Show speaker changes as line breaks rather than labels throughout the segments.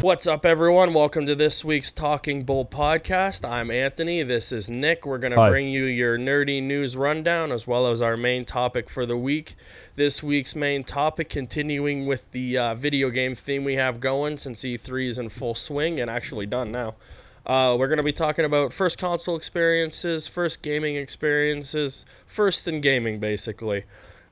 What's up, everyone? Welcome to this week's Talking Bull podcast. I'm Anthony. This is Nick. We're going to
Hi.
bring you your nerdy news rundown as well as our main topic for the week. This week's main topic, continuing with the uh, video game theme we have going since E3 is in full swing and actually done now. Uh, we're going to be talking about first console experiences, first gaming experiences, first in gaming, basically.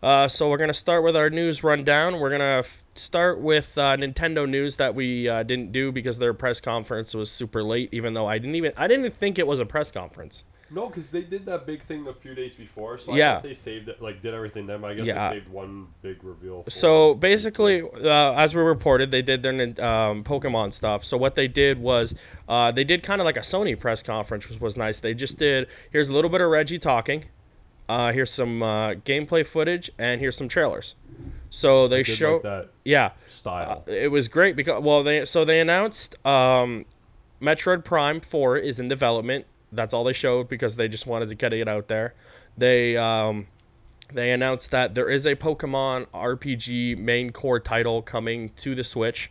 Uh, so we're gonna start with our news rundown. We're gonna f- start with uh, Nintendo news that we uh, didn't do because their press conference was super late. Even though I didn't even I didn't even think it was a press conference.
No, because they did that big thing a few days before, so
Yeah.
I thought they saved it, like did everything then. But I guess
Yeah.
they saved one big reveal. for-
So basically, uh, as we reported, they did their nin- um, Pokemon stuff. So what they did was uh, they did kind of like a Sony press conference, which was nice. They just did here's a little bit of Reggie talking, uh, here's some uh, gameplay footage, and here's some trailers. So they
did like
show
that
yeah.
style.
It was great because well they so they announced um, Metroid Prime Four is in development. That's all they showed because they just wanted to get it out there. They um, they announced that there is a Pokemon RPG main core title coming to the Switch,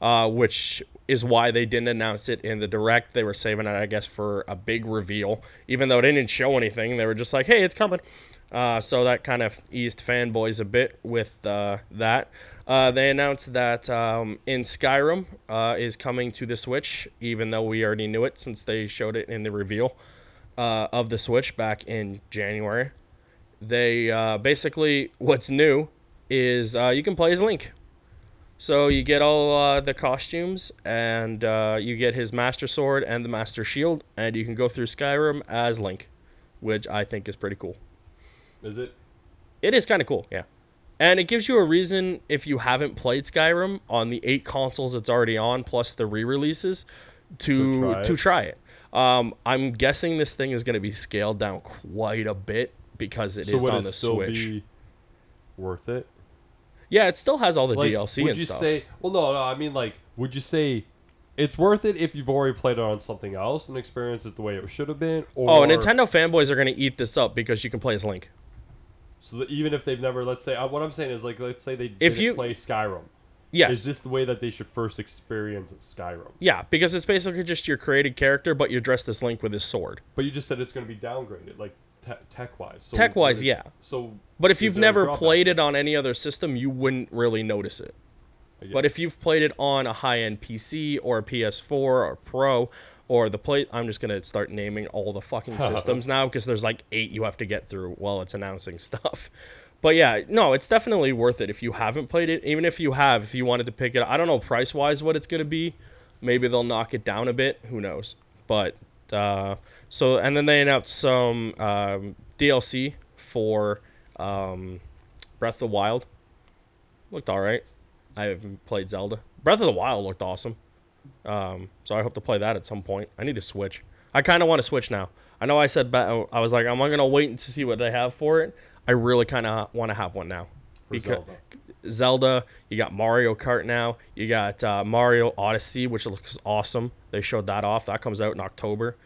uh, which is why they didn't announce it in the direct. They were saving it, I guess, for a big reveal. Even though they didn't show anything, they were just like, "Hey, it's coming." Uh, so that kind of eased fanboys a bit with uh, that. Uh, they announced that um, in Skyrim uh, is coming to the Switch, even though we already knew it since they showed it in the reveal uh, of the Switch back in January. They uh, basically what's new is uh, you can play as Link. So you get all uh, the costumes, and uh, you get his Master Sword and the Master Shield, and you can go through Skyrim as Link, which I think is pretty cool. Uh,
Is it?
It is kind of cool, yeah. And it gives you a reason if you haven't played Skyrim on the eight consoles it's already on, plus the re-releases, to to
To
try
try
it.
it.
Um, I'm guessing this thing is going to be scaled down quite a bit because it is
so would
on
it
the
still
Switch.
be worth it?
Yeah, it still has all the
Like,
DLC
would
and
you
stuff.
say? Well, no, no. I mean, like, would you say it's worth it if you've already played it on something else and experienced it the way it should have been? Or,
oh, Nintendo fanboys are going to eat this up because you can play as Link.
So that even if they've never, let's say, uh, what I'm saying is, like, let's say they
If
didn't
you-
play Skyrim.
Yes.
Is this the way that they should first experience Skyrim?
Yeah, because it's basically just your created character, but you're dressed as Link with his sword.
But you just said it's going to be downgraded, like te- tech wise. So
Tech-wise,
would-
yeah.
So,
But if
is
you've
there a
never
drawback?
played it on any other system, you wouldn't really notice it.
I guess.
But if you've played it on a high-end PC or a PS4 or Pro or the play, I'm just gonna start naming all the fucking systems now because there's like eight you have to get through while it's announcing stuff. But yeah, no, it's definitely worth it if you haven't played it. Even if you have, if you wanted to pick it, I don't know price-wise what it's gonna be. Maybe they'll knock it down a bit. Who knows? But uh, so and then they announced some um, DLC for um, Breath of the Wild. Looked all right. I haven't played Zelda. Breath of the Wild looked awesome. Um, so I hope to play that at some point. I need to switch. I kind of want to switch now. I know I said ba- I was like I'm not gonna wait and see what they have for it. I really kind of want to have one now.
For
Becau-
Zelda.
Zelda, you got Mario Kart now. You got uh, Mario Odyssey, which looks awesome. They showed that off. That comes out in October.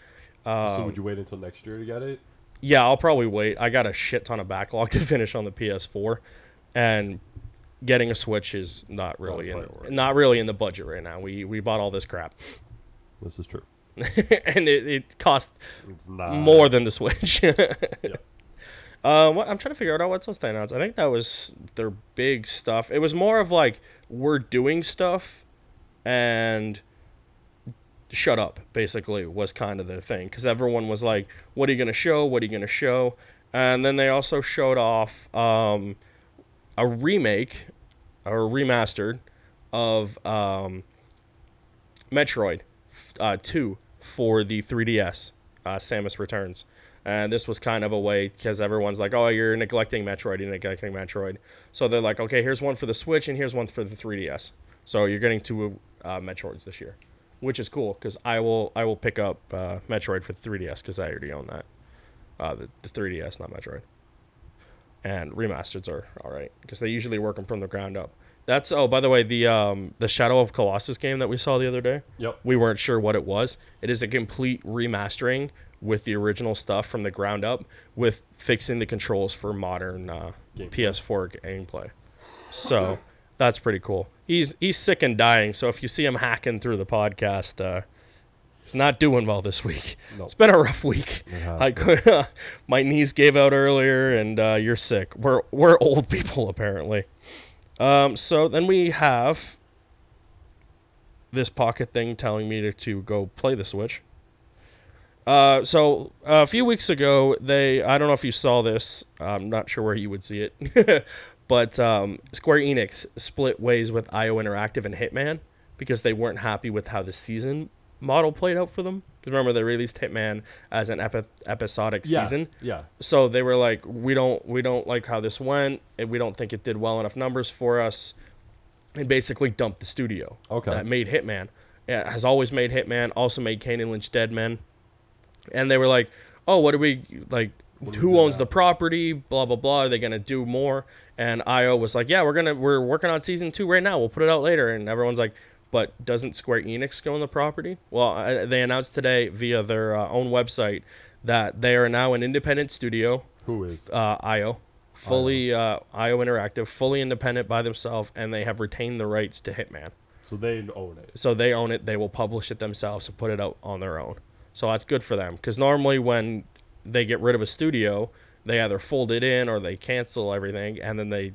so
um,
would you wait until next year to get it?
Yeah, I'll probably wait. I got a shit ton of backlog to finish on the PS4, and getting a Switch is not really in,
priority.
not really in the budget right now. We we bought all this crap,
This is true.
and it, it cost
It's not
more than the Switch. Uh, what, I'm trying to figure out what's else they announced. I think that was their big stuff. It was more of like we're doing stuff, and shut up. Basically, was kind of their thing because everyone was like, "What are you gonna show? What are you gonna show?" And then they also showed off um, a remake or remastered of um, Metroid f- uh, 2 for the 3DS, uh, Samus Returns. And this was kind of a way because everyone's like, oh, you're neglecting Metroid, you're neglecting Metroid. So they're like, okay, here's one for the Switch and here's one for the 3DS. So you're getting two uh, Metroids this year, which is cool because I will I will pick up uh, Metroid for the 3DS because I already own that. Uh, the, the 3DS, not Metroid. And remasters are all right because they usually work them from the ground up. That's oh, by the way, the um, the Shadow of Colossus game that we saw the other day
Yep.
we weren't sure what it was. It is a complete remastering with the original stuff from the ground up, with fixing the controls for modern uh,
Gameplay.
PS4 gameplay. So That's pretty cool. He's he's sick and dying. So if you see him hacking through the podcast, uh, he's not doing well this week.
Nope.
It's been a rough week.
has
I could, my knees gave out earlier, and uh, you're sick. We're we're old people apparently. Um, so then we have this pocket thing telling me to, to go play the Switch. Uh, so a few weeks ago, they I don't know if you saw this. I'm not sure where you would see it, but um, Square Enix split ways with IO Interactive and Hitman because they weren't happy with how the season model played out for them. Because remember, they released Hitman as an epi- episodic
Yeah.
season,
Yeah.
so they were like, we don't we don't like how this went, and we don't think it did well enough numbers for us, and basically dumped the studio
Okay.
that made Hitman. Yeah, has always made Hitman, also made Kane and Lynch Dead Men. And they were like, oh, what do we like?
do we
who
do
owns
now?
the property? Blah blah blah. Are they gonna do more? And IO was like, yeah, we're gonna we're working on season two right now. We'll put it out later. And everyone's like, but doesn't Square Enix go on the property? Well, I, they announced today via their uh, own website that they are now an independent studio
Who is?
uh, IO, fully uh, IO Interactive, fully independent by themselves, and they have retained the rights to Hitman.
So they own it.
So they own it. They will publish it themselves and put it out on their own. So that's good for them because normally when they get rid of a studio, they either fold it in or they cancel everything, and then they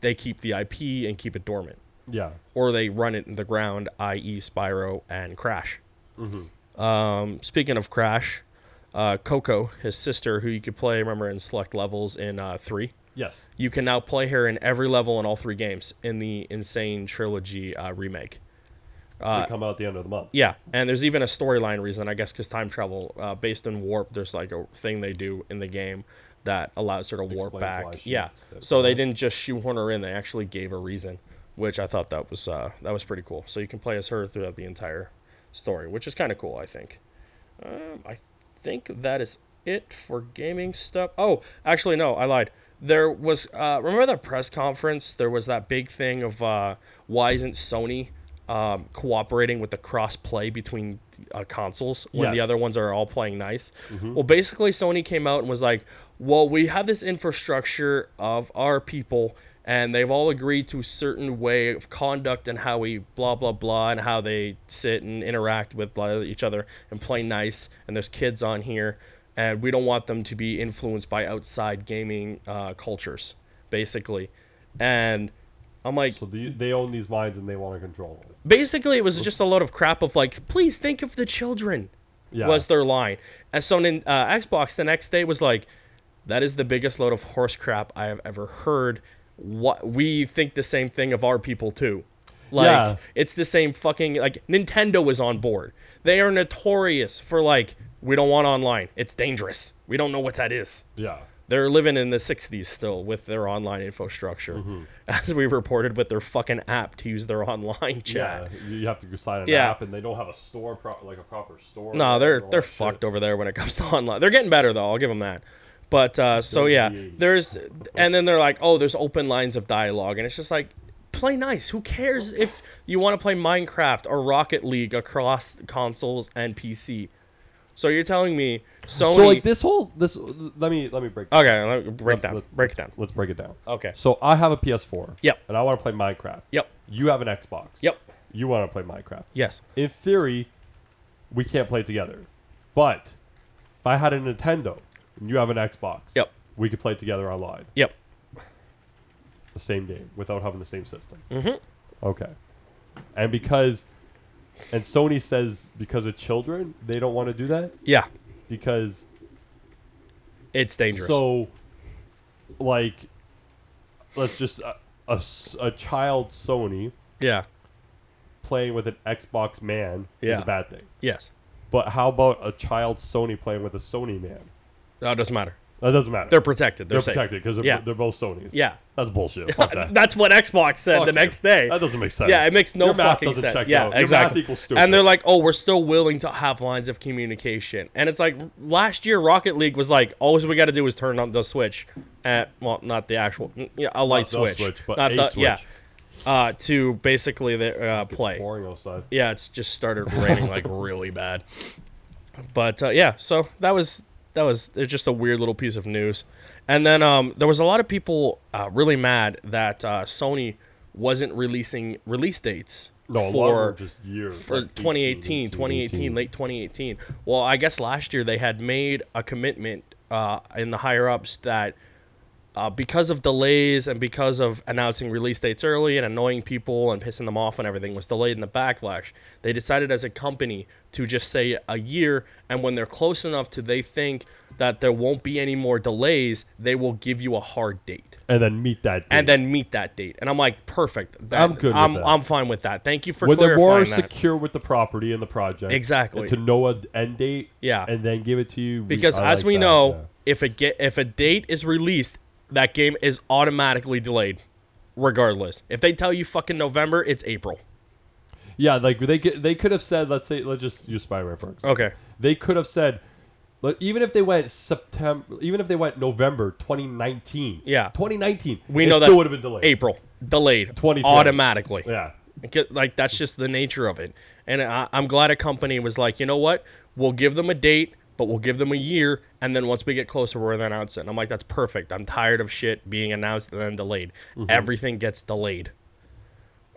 they keep the IP and keep it dormant,
Yeah.
or they run it in the ground, i.e., Spyro and Crash.
hmm
Um, speaking of Crash, uh, Coco, his sister, who you could play, remember, in select levels in uh, three.
Yes.
You can now play her in every level in all three games in the Insane Trilogy uh, remake.
they come out at the end of the month.
Uh, Yeah, and there's even a storyline reason, I guess, because time travel, uh, based in warp, there's like a thing they do in the game that allows her to warp
Explains why
back.
she
Yeah,
does that.
so they didn't just shoehorn her in; they actually gave a reason, which I thought that was uh, that was pretty cool. So you can play as her throughout the entire story, which is kind of cool, I think. Um, I think that is it for gaming stuff. Oh, actually, no, I lied. There was uh, remember that press conference? There was that big thing of uh, why isn't Sony um, cooperating with the cross play between uh, consoles when the
Yes.
other ones are all playing nice? Well, basically, Sony came out and was like, "Well, we have this infrastructure of our people." And they've all agreed to a certain way of conduct and how we blah blah blah and how they sit and interact with uh, each other and play nice. And there's kids on here, and we don't want them to be influenced by outside gaming uh, cultures, basically. And I'm like,
So the, they own these mines and they want to control it.
basically, it was just a load of crap of like, please think of the children
Yeah.
was their line. And so then uh, Xbox the next day was like, that is the biggest load of horse crap I have ever heard. What we think the same thing of our people too. Like
Yeah.
it's the same fucking like Nintendo is on board. They are notorious for like we don't want online. It's dangerous. We don't know what that is
yeah.
they're living in the 60s still with their online infrastructure
Mm-hmm.
as we reported with their fucking app to use their online chat
Yeah. You have to go sign an
Yeah.
app and they don't have a store, pro- like a proper store.
no they're
All
they're
that shit.
fucked over there when it comes to online they're getting better though i'll give them that but uh, so yeah
Dirty.
there's and then they're like oh there's open lines of dialogue and it's just like play nice who cares if you want to play minecraft or rocket league across consoles and pc so you're telling me sony
So like this whole this let me let me break
okay let me break
let-
down
let-
break it down
Let's break it down.
okay
So I have a PS4.
Yep.
And I want to play Minecraft.
yep
You have an Xbox.
yep
You want to play Minecraft.
yes
In theory, we can't play together. But if I had a Nintendo and you have an Xbox,
Yep.
we could play together online,
yep
the same game, without having the same system. Mm-hmm. Okay. And because, and Sony says because of children, they don't want to do that
yeah
because
It's dangerous.
So, like, let's just a, a s- a child Sony
yeah.
playing with an Xbox man is
Yeah.
a bad thing.
Yes.
But how about a child Sony playing with a Sony man?
No, it doesn't matter.
That doesn't matter.
They're protected. They're,
They're
safe.
protected because they're,
Yeah.
they're both Sonys.
Yeah.
that's bullshit. Fuck that.
That's what Xbox said
Fuck
the
you.
next day.
That doesn't make sense.
Yeah, it makes no
Your math
fucking
doesn't
sense.
check
yeah,
out.
exactly.
Your math equals stupid.
And they're like, "Oh, we're still willing to have lines of communication." And it's like last year, Rocket League was like, "All we got to do is turn on the switch." At, well, not the actual, yeah, a light
the
switch,
switch, but
not
a
the,
switch.
yeah, uh, to basically the uh, play.
boring outside.
yeah, it's just started raining like really bad. But uh, yeah, so that was that was it's just a weird little piece of news. And then um, there was a lot of people uh, really mad that uh, Sony wasn't releasing release dates
No, a lot of them
for
are just years.
for
like
2018,
18,
2018,
18.
late 2018. Well, I guess last year they had made a commitment uh, in the higher ups that uh, because of delays and because of announcing release dates early and annoying people and pissing them off and everything was delayed in the backlash, they decided as a company to just say a year. And when they're close enough to they think that there won't be any more delays, they will give you a hard date
and then meet that. Date.
and then meet that date. And I'm like, perfect. That-
I'm good with
I'm,
that.
I'm fine with that. Thank you for
when they're more
clarifying that.
secure with the property and the project,
Exactly.
and to know an end date,
Yeah.
and then give it to you we-
because
I
as
like
we
that,
know,
yeah.
if a get if a date is released, that game is automatically delayed, regardless. If they tell you fucking November, it's April.
Yeah, like they could, they could have said, let's say, let's just use spyware for example.
Okay.
They could have said, like, even if they went September, even if they went November 2019,
Yeah.
2019,
We
it
know
still
that
would have been delayed.
April delayed
2020.
automatically.
Yeah,
Because, Like that's just the nature of it. And I, I'm glad a company was like, you know what? We'll give them a date, but we'll give them a year, and then once we get closer, we're gonna announce it. And I'm like, that's perfect. I'm tired of shit being announced and then delayed.
Mm-hmm.
Everything gets delayed.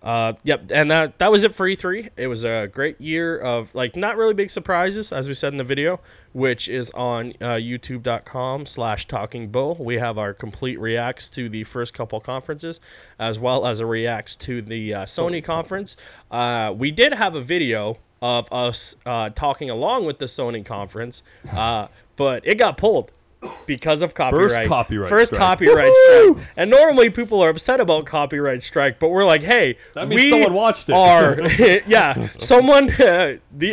Uh, yep, and that that was it for E3. It was a great year of like not really big surprises, as we said in the video, which is on uh, YouTube.com/slash Talking Bull. We have our complete reacts to the first couple conferences, as well as a reacts to the uh, Sony conference. Uh, we did have a video of us uh, talking along with the Sony conference, uh, but it got pulled. Because of copyright,
copyright
first
strike.
copyright strike, and normally people are upset about copyright strike, but we're like, hey,
That means
we
someone watched it.
Are yeah, someone uh, the
Somehow they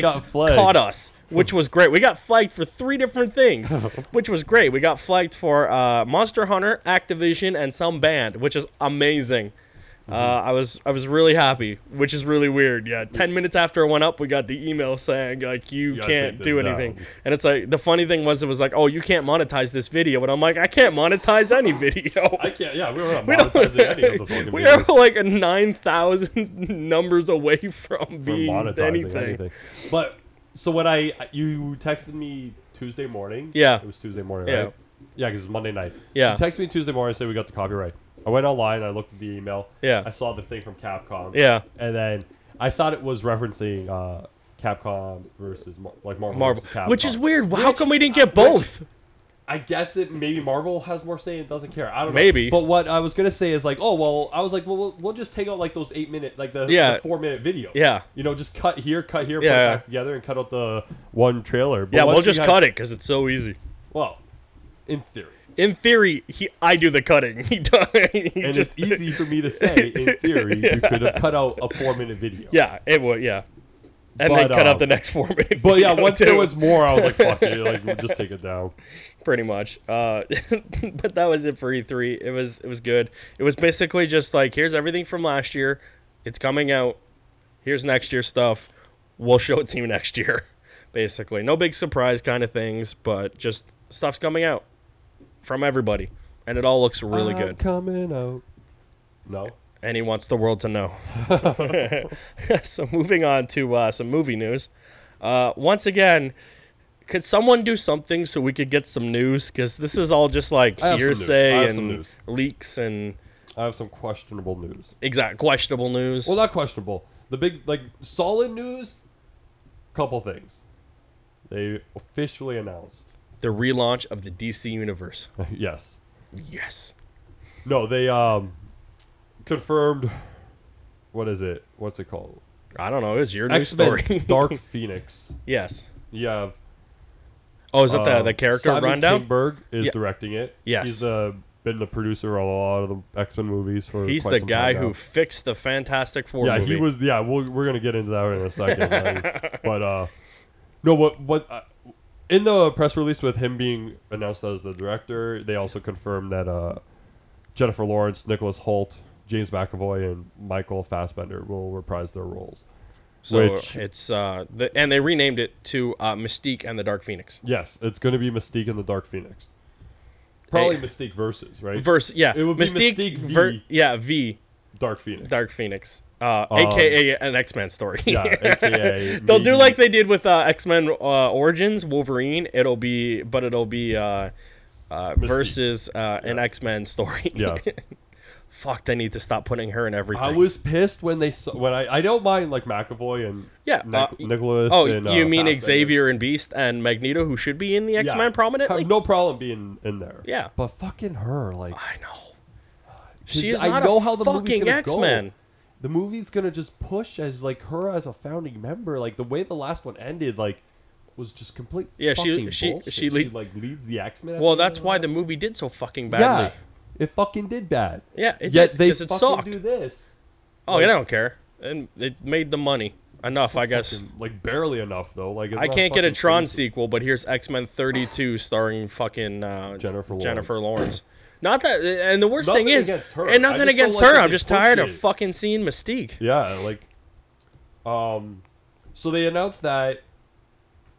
got
analytics
flagged.
caught us, which was great. We got flagged for three different things, which was great. We got flagged for uh, Monster Hunter, Activision, and some band, which is amazing. Uh,
Mm-hmm.
I was I was really happy, which is really weird. Yeah, ten minutes after it went up, we got the email saying like you
gotta
can't
take
do
this
anything,
down.
and it's like the funny thing was it was like oh you can't monetize this video, and I'm like I can't monetize any video.
I can't. Yeah, we were not
don't-
monetizing any of the fucking
we
videos
are like nine thousand numbers away from
for
being
monetizing
anything.
anything. But so when I you texted me Tuesday morning,
Yeah.
it was Tuesday morning,
Yeah.
right? Yeah, because it's Monday night.
Yeah.
you texted me Tuesday morning, say we got the copyright. I went online, I looked at the email.
Yeah.
I saw the thing from Capcom.
Yeah.
and then I thought it was referencing uh, Capcom versus Mar- like Marvel,
Marvel,
versus Capcom.
which is weird. How come we didn't get both?
I guess it maybe Marvel has more say and doesn't care. I don't
Maybe.
know. But what I was gonna say is like, oh well, I was like, well, we'll, we'll just take out like those eight minute, like the,
Yeah.
four minute video.
Yeah.
You know, just cut here, cut here, put
Yeah.
it back together, and cut out the one trailer. But
yeah, we'll
once you
just
had-
cut it because it's so easy.
Well, in theory,
In theory, he I do the cutting. He does. He
and
just
it's easy for me to say. In theory, you could have cut out a four minute video.
yeah, it would yeah, and
But,
then cut out
um,
the next four minutes.
But yeah, once there was more, I was like, fuck it, like we'll just take it down.
pretty much. Uh, but that was it for E3. It was it was good. It was basically just like here's everything from last year. It's coming out. Here's next year's stuff. We'll show it to you next year. Basically, no big surprise kind of things, but just stuff's coming out from everybody, and it all looks really
I'm
good.
Coming out. No.
And he wants the world to know. so moving on to uh, some movie news. Uh, once again. Could someone do something so we could get some news? Because this is all just like
I have some news. I
hearsay
have some
and
news.
leaks and
I have some questionable news.
exact questionable news.
Well, not questionable. The big, like, solid news. Couple things. They officially announced.
the relaunch of the DC universe.
yes.
Yes.
No, they um confirmed. What is it? What's it called?
I don't know. It's your news
X-Men
story.
Dark Phoenix.
yes.
You have.
Oh, is that the,
um,
the character
Simon
rundown?
Kingberg is
Yeah.
directing it.
Yes.
He's uh, been the producer on a lot of the X Men movies for.
He's
quite
the
some
guy
time
who
now.
fixed the Fantastic Four
yeah,
movie.
he was. Yeah, we'll, we're gonna get into that in a second. like, but uh, no, what what uh, in the press release with him being announced as the director, they also confirmed that uh, Jennifer Lawrence, Nicholas Holt, James McAvoy, and Michael Fassbender will reprise their roles.
so
which-
it's uh, the, and they renamed it to uh, Mystique and the Dark Phoenix.
Yes, it's gonna be Mystique and the Dark Phoenix. Probably
Hey.
Mystique versus right
Verse, yeah,
It would be Mystique V.
yeah, V
Dark Phoenix.
Dark Phoenix, uh, aka an X Men story.
Um, Yeah, AKA
They'll do
maybe-
like they did with uh, X Men uh, Origins Wolverine. It'll be, but it'll be uh, uh, versus uh, an X Men story.
yeah.
fuck, they need to stop putting her in everything.
I was pissed when they saw, when I I don't mind like McAvoy and
Yeah,
Nic-
uh,
Nicholas.
Oh,
and, uh,
you mean
Fassbender.
Xavier and Beast and Magneto, who should be in the X Men prominently?
Have no problem being in there.
Yeah.
But fucking her, like
I know.
'cause
She is
I
not
know
a
how the movie's
fucking
gonna
X
go.
Men.
The movie's gonna just push as like her as a founding member. Like the way the last one ended, like was just complete.
Yeah, she-
fucking
she-
bullshit.
she lead-
like leads the X Men.
Well, that's why the movie did so fucking
yeah,
badly.
it fucking did bad.
Yeah, it
Yet
did,
they
'cause it
fucking
sucked.
do this.
Oh, I don't care. And it made the money enough, I guess.
Fucking, like barely enough though. Like it's
I
not
can't get a
fucking
Tron
crazy.
sequel, but here's X Men 32 starring fucking uh,
Jennifer
Jennifer Lawrence. Not that, and the worst
Nothing
thing is,
against her.
and
I just
nothing
don't
against
like
her.
that
I'm
they
just
pushed
tired
it.
of fucking seeing Mystique.
Yeah, like, um, so they announced that,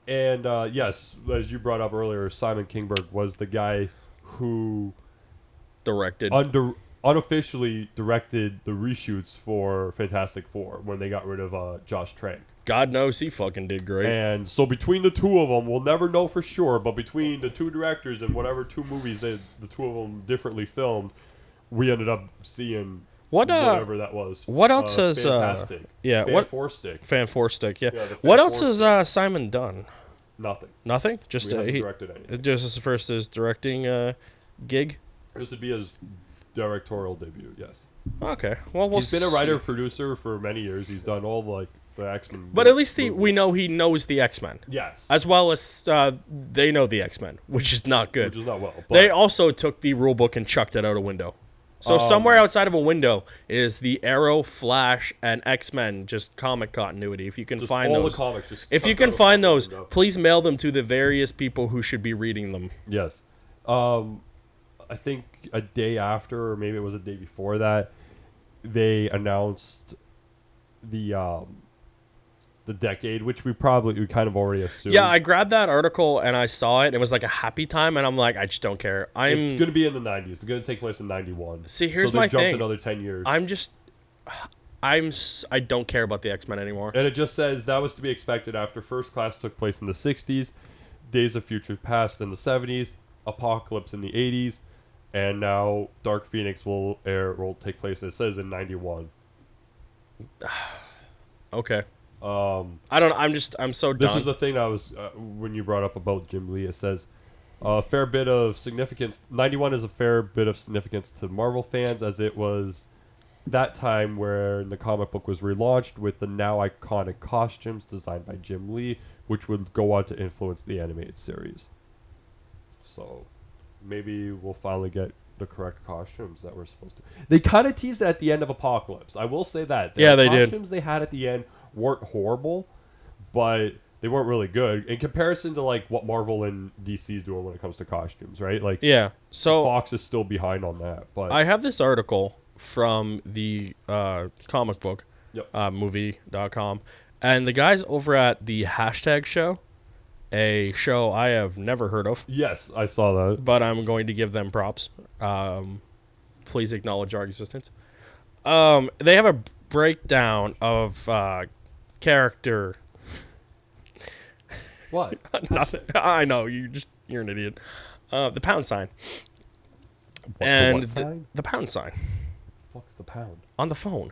and uh, yes, as you brought up earlier, Simon Kingberg was the guy who
Directed.
under unofficially directed the reshoots for Fantastic Four when they got rid of uh, Josh Trank.
God knows he fucking did great.
And so between the two of them, we'll never know for sure, but between the two directors and whatever two movies they, the two of them differently filmed, we ended up seeing
What, uh,
whatever that was.
what else
uh,
is, uh,
Fantastic.
yeah, what-
Four stick.
Fan four stick, yeah.
Yeah, the
what
Fan
else
Four
has uh, Simon done?
Nothing.
Nothing. Just
We
uh,
haven't
he,
directed anything.
just his first his directing uh, gig.
This would be his directorial debut. Yes,
Okay. Well, we'll
he's been a writer
see.
producer for many years. He's done all like the X Men.
but at least he, we know he knows the X Men
yes,
as well as uh, they know the X Men, which is not good.
which is not well. But
they also took the rule book and chucked it out a window. So
Oh,
somewhere outside of a window is the Arrow, Flash, and X Men just comic continuity. If you can
just
find
all
those,
the comics. Just
if you
chucked
can
out a
find those,
window.
please mail them to the various people who should be reading them.
yes. Um, I think a day after, or maybe it was a day before that, they announced the um, the decade, which we probably we kind of already assumed.
Yeah, I grabbed that article and I saw it. It was like a happy time, and I'm like, I just don't care. I'm
it's going to be in the 90s. It's going to take place in 91.
See, here's
so they
my
jumped
thing.
another 10 years.
I'm just I'm s- I don't care about the X Men anymore.
And it just says that was to be expected after First Class took place in the 60s, Days of Future Past in the 70s, Apocalypse in the 80s, and now Dark Phoenix will air will take place. It says in 91.
Okay,
Um,
I don't. I'm just I'm so
this
done.
is the thing I was uh, when you brought up about Jim Lee. It says a fair bit of significance. 91 is a fair bit of significance to Marvel fans as it was that time where the comic book was relaunched with the now iconic costumes designed by Jim Lee, which would go on to influence the animated series. So maybe we'll finally get the correct costumes that we're supposed to. They kind of teased it at the end of Apocalypse. I will say that. The
Yeah, they did.
costumes they had at the end weren't horrible, but they weren't really good in comparison to like what Marvel and DC's doing when it comes to costumes, right? Like
yeah. So
Fox is still behind on that, but
I have this article from the uh, comic book
Yep.
uh, movie.com, and the guys over at the hashtag show, a show I have never heard of,
yes, I saw that.
but I'm going to give them props. Um, please acknowledge our existence. Um, they have a breakdown of uh, character.
What?
Nothing. I know you just you're an idiot. Uh, the pound sign and
what
the-
sign?
the pound sign
fuck is the pound
on the phone.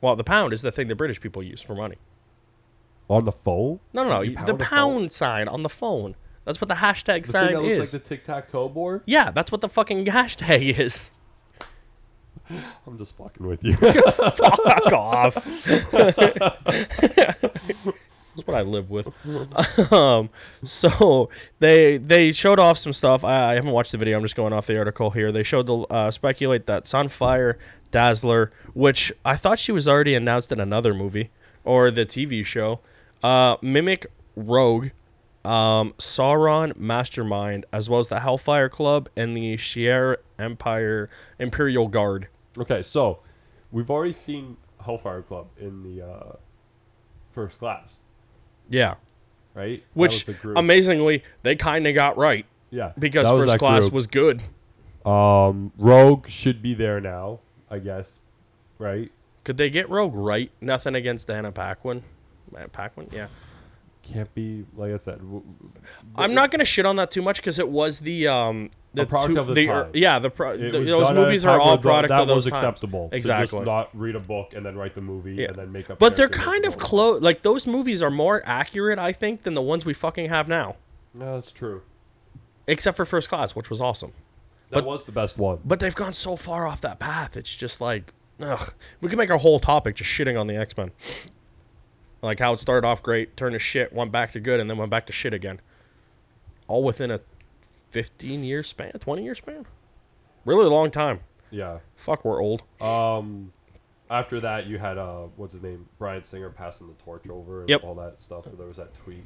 Well, the pound is the thing the British people use for money.
on the phone?
No, no, no.
You
the
pound a phone?
pound sign on the phone. That's what the hashtag
The
sign
thing that looks
is.
like the tic tac toe board.
yeah, that's what the fucking hashtag is.
I'm just fucking with you.
Fuck off. That's what I live with. Um, so they they showed off some stuff. I, I haven't watched the video. I'm just going off the article here. They showed the uh, speculate that Sunfire Dazzler, which I thought she was already announced in another movie or the TV show, uh, mimic Rogue. Um, Sauron Mastermind, as well as the Hellfire Club and the Shi'ar Empire Imperial Guard.
okay, so we've already seen Hellfire Club in the uh, first class,
Yeah,
right? That
which
was the group.
amazingly they kind of got right
yeah,
because
that was
first
that
class
group.
was good
Um, Rogue should be there now, I guess. Right?
could they get rogue right nothing against anna Uh, paquin Anna paquin yeah
can't be like I said. w-
I'm not gonna shit on that too much because it was the um the
A product
two-
of the time.
yeah the, pro-
it
the
was
those
done at a
movies
time
are all
where tho-
product
that
of those
was
times.
acceptable. to
Exactly.
just not read a book and then write the movie
Yeah.
and then make up.
but they're
characters
kind
and
of
all
close. Like those movies are more accurate, I think, than the ones we fucking have now.
that. No, that's true.
Except for First Class, which was awesome.
That was the best one.
But they've gone so far off that path. It's just like, ugh. We could make our whole topic just shitting on the X Men. Like how it started off great, turned to shit, went back to good, and then went back to shit again. All within a 15 year span, 20 year span? Really long time.
Yeah.
Fuck, we're old.
Um, after that, you had uh, what's his name, Brian Singer passing the torch over and
Yep.
all that stuff. There was that tweet.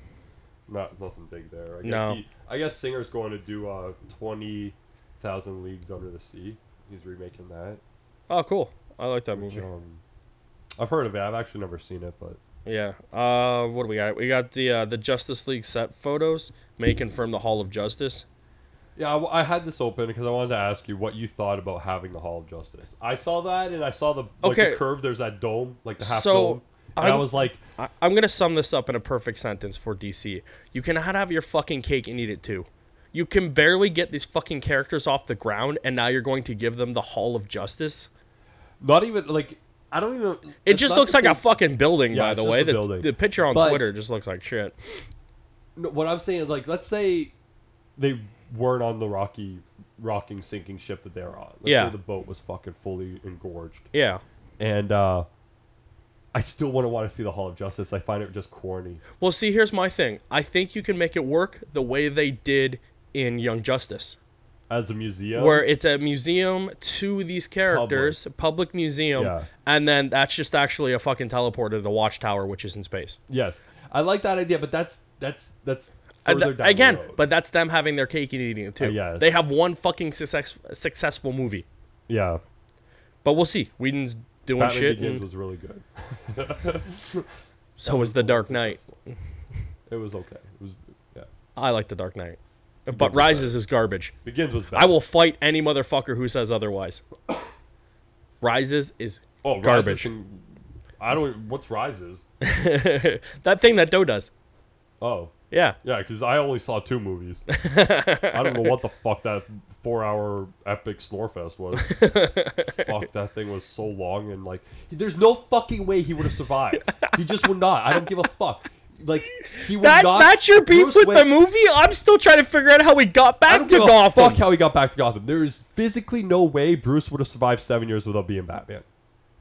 Not nothing big there. I guess
No.
He, I guess Singer's going to do uh, twenty thousand leagues under the sea. He's remaking that.
Oh, cool. I like that movie.
Um, I've heard of it. I've actually never seen it, but
Yeah. Uh, what do we got? We got the uh, the Justice League set photos. May confirm the Hall of Justice.
yeah, I, w- I had this open because I wanted to ask you what you thought about having the Hall of Justice. I saw that and I saw the like
Okay.
the curve. There's that dome, like the half
So,
dome, and i
I'm-
was like,
I, I'm gonna sum this up in a perfect sentence for DC. You cannot have your fucking cake and eat it too. You can barely get these fucking characters off the ground, and now you're going to give them the Hall of Justice.
not even like. I don't even.
It
it's
just
not
looks
that
like a
they-
fucking building,
Yeah,
by
it's
the
just
way.
a
The,
building.
the picture on
But-
Twitter just looks like shit.
No, what I'm saying is like let's say they weren't on the rocky rocking sinking ship that they're on. Let's say
Yeah.
the boat was fucking fully engorged.
Yeah.
And uh I still wouldn't want to see the Hall of Justice. I find it just corny.
Well, see, here's my thing. I think you can make it work the way they did in Young Justice.
As a museum
where it's a museum to these characters, public, museum,
Yeah.
and then that's just actually a fucking teleporter to the watchtower, which is in space.
Yes. I like that idea, but that's that's that's
Uh,
further
th-
down
again,
the road. Uh,
but that's them having their cake and eating it too.
I guess.
They have one fucking success- successful movie,
Yeah.
but we'll see. Whedon's doing
Batman
Oh, shit, Mm.
Begins
and
was really good.
so is The Dark Knight.
It was okay. It was yeah.
I like The Dark Knight, but Rises is garbage.
Begins was bad.
I will fight any motherfucker who says otherwise. Rises is
oh,
garbage.
Rises can- I don't what's rises?
that thing that Doe does.
Oh.
Yeah.
Yeah, because I only saw two movies. I don't know what the fuck that four-hour epic snorefest was. fuck, that thing was so long and like, there's no fucking way he would have survived. He just would not. I don't give a fuck. Like he would
That,
not.
that's your beef
Bruce
with the
Wayne-
movie? I'm still trying to figure out how we got
I
back
don't
to
give a fuck
Gotham.
how he got back to Gotham. There is physically no way Bruce would have survived seven years without being Batman.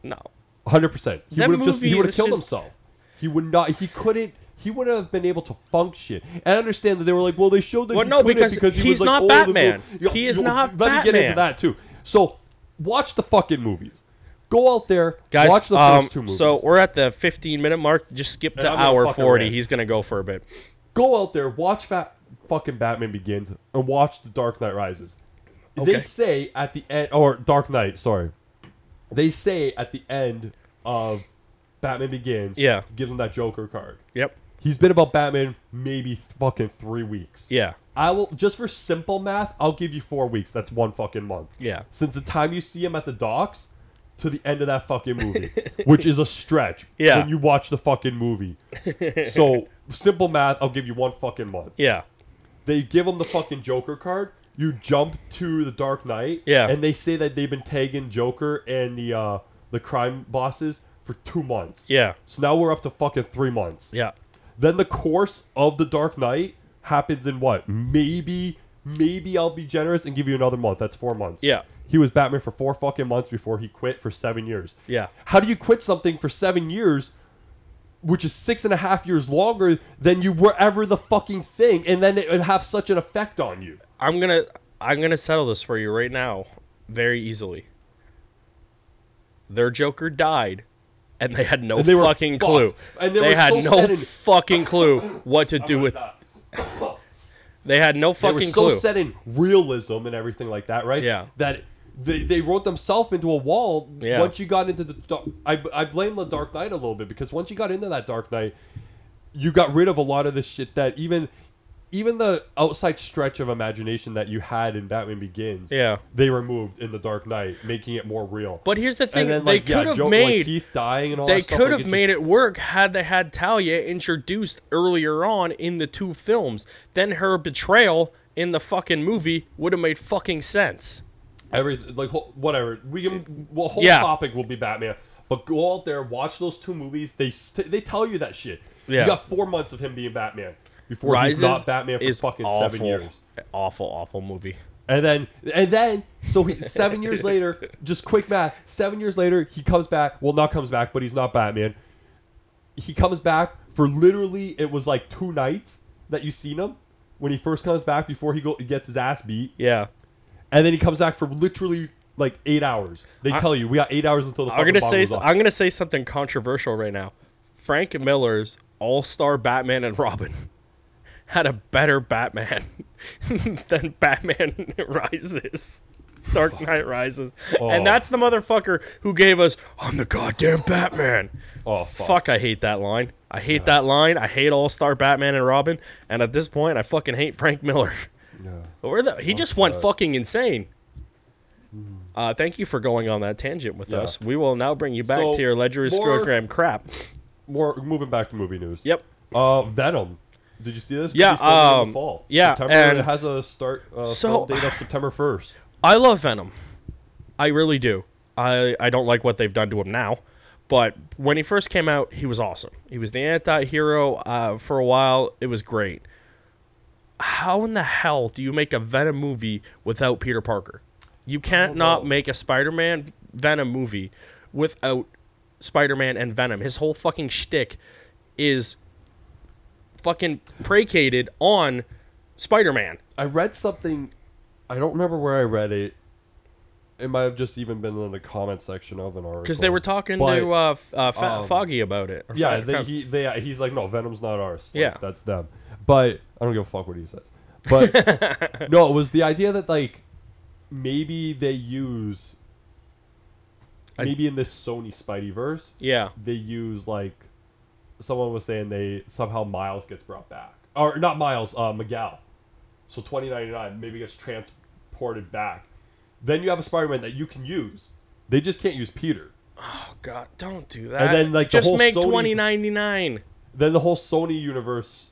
No.
Hundred percent. He
That
would have just he
movie
would have
is
killed
just-
himself. He would not. He couldn't. He would have been able to function. And I understand that they were like, well, they showed that.
Well,
he
no,
couldn't
because
he
he's
was, like,
not
old and
Batman.
old. You-
He is
you-
not
Let me get
Batman.
into that too. So watch the fucking movies. Go out there,
Guys,
watch the
um,
first two movies.
so we're at the 15 minute mark. Just skip to
I'm gonna
hour
fucking
40.
rant.
He's going to go for a bit.
go out there, watch Fat fucking Batman Begins, and watch The Dark Knight Rises.
Okay.
They say at the end, or Dark Knight, sorry. They say at the end of Batman Begins,
Yeah.
give him that Joker card.
Yep.
He's been about Batman maybe fucking three weeks.
Yeah.
I will just for simple math, I'll give you four weeks. That's one fucking month.
Yeah.
Since the time you see him at the docks to the end of that fucking movie, which is a stretch.
Yeah.
When you watch the fucking movie. so simple math, I'll give you one fucking month.
Yeah.
They give him the fucking Joker card. You jump to the Dark Knight.
Yeah.
And they say that they've been tagging Joker and the uh the crime bosses for two months.
Yeah.
So now we're up to fucking three months
Yeah.
then the course of the Dark Knight happens in what? Maybe, maybe I'll be generous and give you another month. That's four months.
Yeah.
He was Batman for four fucking months before he quit for seven years.
Yeah.
How do you quit something for seven years, which is six and a half years longer than you were ever the fucking thing, and then it would have such an effect on you?
I'm going to I'm going to settle this for you right now very easily. Their Joker died and they had no
they were
fucking
fucked.
clue.
And they
they
were
had
so
no
set in-
fucking clue what to do with They had no
They were
fucking
so
clue.
set in realism and everything like that, right?
Yeah.
That they, they wrote themselves into a wall
Yeah.
once you got into the. dar- I, I blame the Dark Knight a little bit because once you got into that Dark Knight, you got rid of a lot of the shit that even even the outside stretch of imagination that you had in Batman Begins,
Yeah.
they removed in the Dark Knight, making it more real.
But here's the thing:
and then,
they
like,
could
yeah,
have
Joe- like,
made
Heath dying and all
they
that stuff,
could
like,
have
it
made
just-
it work had they had Talia introduced earlier on in the two films. Then her betrayal in the fucking movie would have made fucking sense.
everything like whole, whatever. We can well whole
Yeah.
topic will be Batman. But go out there, watch those two movies. They st- they tell you that shit.
Yeah.
You got four months of him being Batman before
Rises
he's not Batman for
is
fucking
awful,
seven years.
Awful, awful movie.
And then, and then, so he, seven years later, just quick math. Seven years later, he comes back. Well, not comes back, but he's not Batman. He comes back for literally it was like two nights that you seen him when he first comes back before he go, gets his ass beat,
Yeah.
and then he comes back for literally like eight hours. They tell you we got eight hours until the.
I'm
fucking
gonna
bomb
say
goes
s-
off.
I'm gonna say something controversial right now. Frank Miller's All Star Batman and Robin had a better Batman than Batman Rises. Dark Knight Rises.
Oh.
And that's the motherfucker who gave us I'm the goddamn Batman.
Oh, fuck.
I hate that line. I hate that line. I hate All Star Batman and Robin. And at this point I fucking hate Frank Miller. Or the,
Oh,
he just went fucking insane. Uh, thank you for going on that tangent with
Yeah.
us. We will now bring you back
So,
to your legendary
more-
scrogram crap.
More moving back to movie news.
Yep.
Uh, Venom. Did you see this?
Yeah,
Could be filming in
um,
the fall.
yeah,
September,
and-
it has a start uh,
So-
film date of September first.
I love Venom. I really do. I, I don't like what they've done to him now, but when he first came out, he was awesome. He was the anti hero uh, for a while. It was great. How in the hell do you make a Venom movie without Peter Parker? You can't not
know.
make a Spider Man Venom movie without Spider Man and Venom. His whole fucking shtick is fucking predicated on Spider Man.
I read something. I don't remember where I read it. It might have just even been in the comment section of an article.
Because they were talking
But,
to uh, F- uh, Fa-
um,
Foggy about it. or
yeah,
Fa-
they,
Fa-
he, they, uh, he's like, no, Venom's not ours. Like,
Yeah.
that's them. But I don't give a fuck what he says. But no, it was the idea that like maybe they use
I-
maybe in this Sony Spidey verse
yeah,
they use like someone was saying they somehow Miles gets brought back or not Miles uh, Miguel, so twenty ninety nine maybe gets transported back. Then you have a Spider Man that you can use. They just can't use Peter.
oh god, don't do that.
then, like, the
just
whole
make
Sony-
twenty ninety nine.
Then the whole Sony universe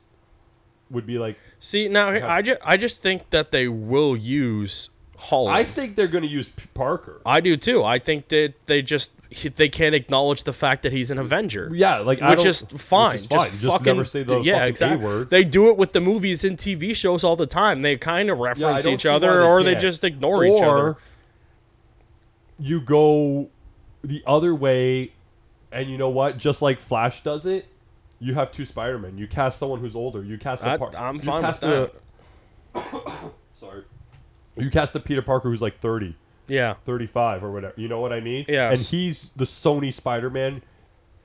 would be like.
See now, I just I just think that they will use Holland.
I think they're gonna use P- Parker.
I do too. I think that they just they can't acknowledge the fact that he's an Avenger.
Yeah, like I
Which
don't-
is fine.
Which is
Just
fine. Just,
fucking
never say the
yeah,
fucking
exactly.
A word.
They do it with the movies and TV shows all the time. They kind of
Yeah, I
reference
don't
each
see why
other, or they
can't.
just ignore each
Or
other.
You go the other way, and you know what? Just like Flash does it, you have two Spider Men. You cast someone who's older. You cast the
I-
Par-
I'm
you
fine
cast
with that.
the- Sorry. You cast the Peter Parker who's like 30,
Yeah,
35 or whatever. You know what I mean?
Yeah.
And he's the Sony Spider Man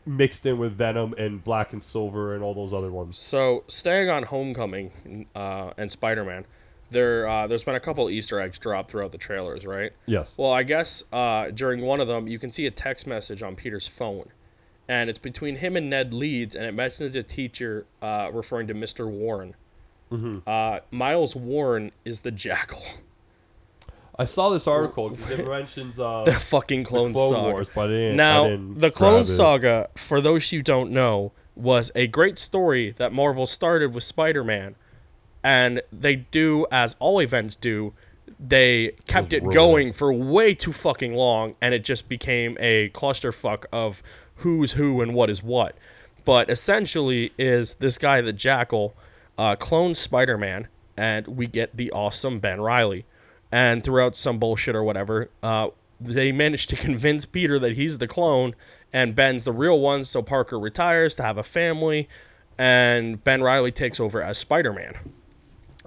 mixed in with Venom and Black and Silver and all those other ones.
So staying on Homecoming uh, and Spider-Man, there uh, there's been a couple Easter eggs dropped throughout the trailers, right?
Yes.
Well, I guess uh, during one of them, you can see a text message on Peter's phone, and it's between him and Ned Leeds, and it mentions a teacher uh, referring to Mr. Warren.
Mm-hmm.
Uh, Miles Warren is the Jackal.
I saw this article because it mentions. Uh,
The fucking Clone,
Clone
Saga.
Wars, but I didn't- I
now,
didn't
the Clone
grab it.
Saga, for those you don't know, was a great story that Marvel started with Spider-Man, and they do as all events do. They kept it
ruined.
going for way too fucking long, and it just became a clusterfuck of who's who and what is what. But essentially, is this guy the Jackal uh, clones Spider-Man, and we get the awesome Ben Riley. And throughout some bullshit or whatever, uh, they managed to convince Peter that he's the clone and Ben's the real one. So Parker retires to have a family, and Ben Riley takes over as Spider Man.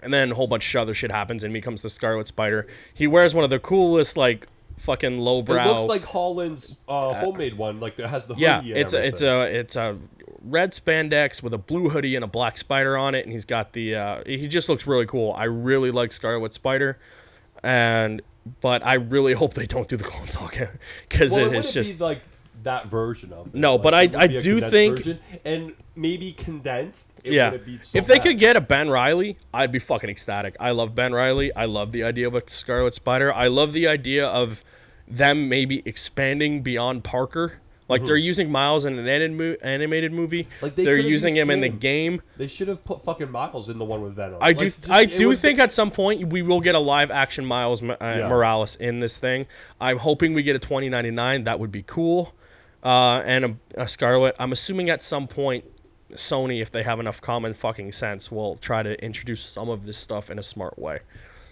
And then a whole bunch of other shit happens, and he becomes the Scarlet Spider. He wears one of the coolest, like, fucking lowbrow.
It looks like Holland's uh, homemade one, like that has the hoodie.
yeah,
and
it's a, it's
everything.
a it's a red spandex with a blue hoodie and a black spider on it, and he's got the uh, he just looks really cool. I really like Scarlet Spider, and but I really hope they don't do the Clone Saga because
Well,
it
it
is
would
just
be like that version of it.
No, but I-
it would
I
be a
do
condensed
think-
version, and maybe condensed. It
yeah.
would've been so
If they
bad.
could get a Ben Riley, I'd be fucking ecstatic. I love Ben Riley. I love the idea of a Scarlet Spider. I love the idea of them maybe expanding beyond Parker. Like they're using Miles in an anim- animated movie.
Mm-hmm. Like, they
they are
could've
using
used
him in the
him.
game.
they should have put fucking Miles in the one with Venom.
I do.
Like, just-
I
it
do
would-
think at some point we will get a live action Miles uh, Morales in this thing. I'm hoping we get a 2099. That would be cool. Uh, and a, a Scarlet. I'm assuming at some point Sony, if they have enough common fucking sense, will try to introduce some of this stuff in a smart way.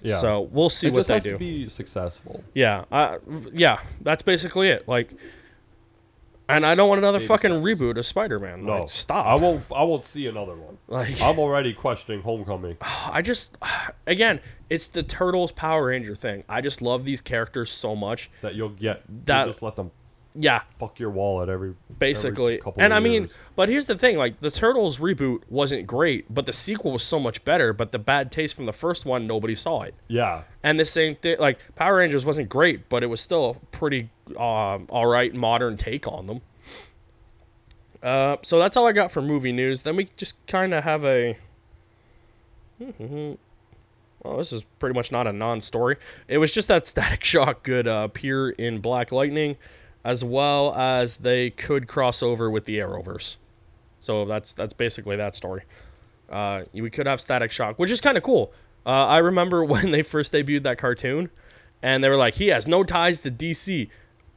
Yeah.
So we'll see
it
what
just
they
has
do.
to be successful.
yeah. Uh, yeah. That's basically it. Like. And I don't want another fucking reboot of Spider-Man.
No,
Like, stop.
I won't. I won't see another one.
Like-
I'm already questioning Homecoming.
I just, again, it's the Turtles Power Ranger thing. I just love these characters so much.
that you'll get. you
That-
just let them
Yeah,
fuck your wallet every
basically.
every couple
And I
of
mean,
years.
but here's the thing: like the Turtles reboot wasn't great, but the sequel was so much better. But the bad taste from the first one, nobody saw it.
yeah,
And the same thing, like Power Rangers wasn't great, but it was still a pretty um, all right modern take on them. Uh, so that's all I got for movie news. Then we just kind of have a. Well, this is pretty much not a non-story. It was just that Static Shock could uh, appear in Black Lightning, as well as they could cross over with the Arrowverse. So that's that's basically that story. Uh, we could have Static Shock, which is kind of cool. Uh, I remember when they first debuted that cartoon, and they were like, he has no ties to DC,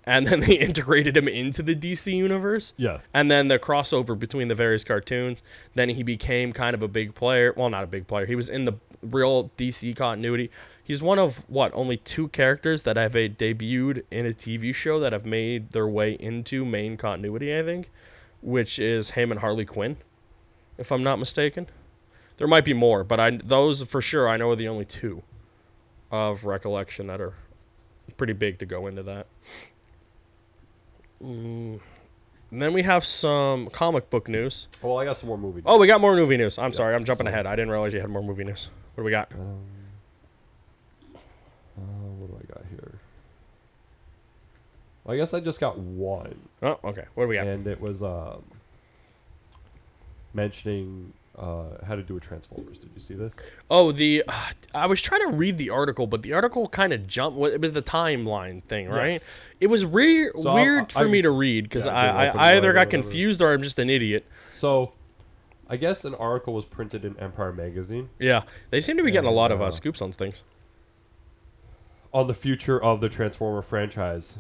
and then they integrated him into the DC universe.
yeah.
And then the crossover between the various cartoons. Then he became kind of a big player. Well, not a big player. He was in the real DC continuity. He's one of what only two characters that have a debuted in a TV show that have made their way into main continuity. I think, which is him and Harley Quinn, if I'm not mistaken. There might be more, but I those for sure I know are the only two of recollection that are pretty big to go into that. Mm. And then we have some comic book news.
Well, I got some more movie.
Oh, we got more movie news. I'm sorry, I'm jumping ahead. I didn't realize you had more movie news. What do we got?
Uh, what do I got here? I guess I just got one,
Oh, okay. What do we got?
and it was um, mentioning uh, how to do a Transformers. Did you see this?
Oh, the uh, I was trying to read the article, but the article kind of jumped. It was the timeline thing, right?
Yes.
It was re-
So I-
weird for
I-
me to read because
Yeah, I
I,
didn't
I, I either
open mine or
got
whatever.
confused or I'm just an idiot.
So, I guess an article was printed in Empire magazine
Yeah, they seem to be getting a lot of
Yeah.
uh, scoops on things.
on the future of the Transformer franchise.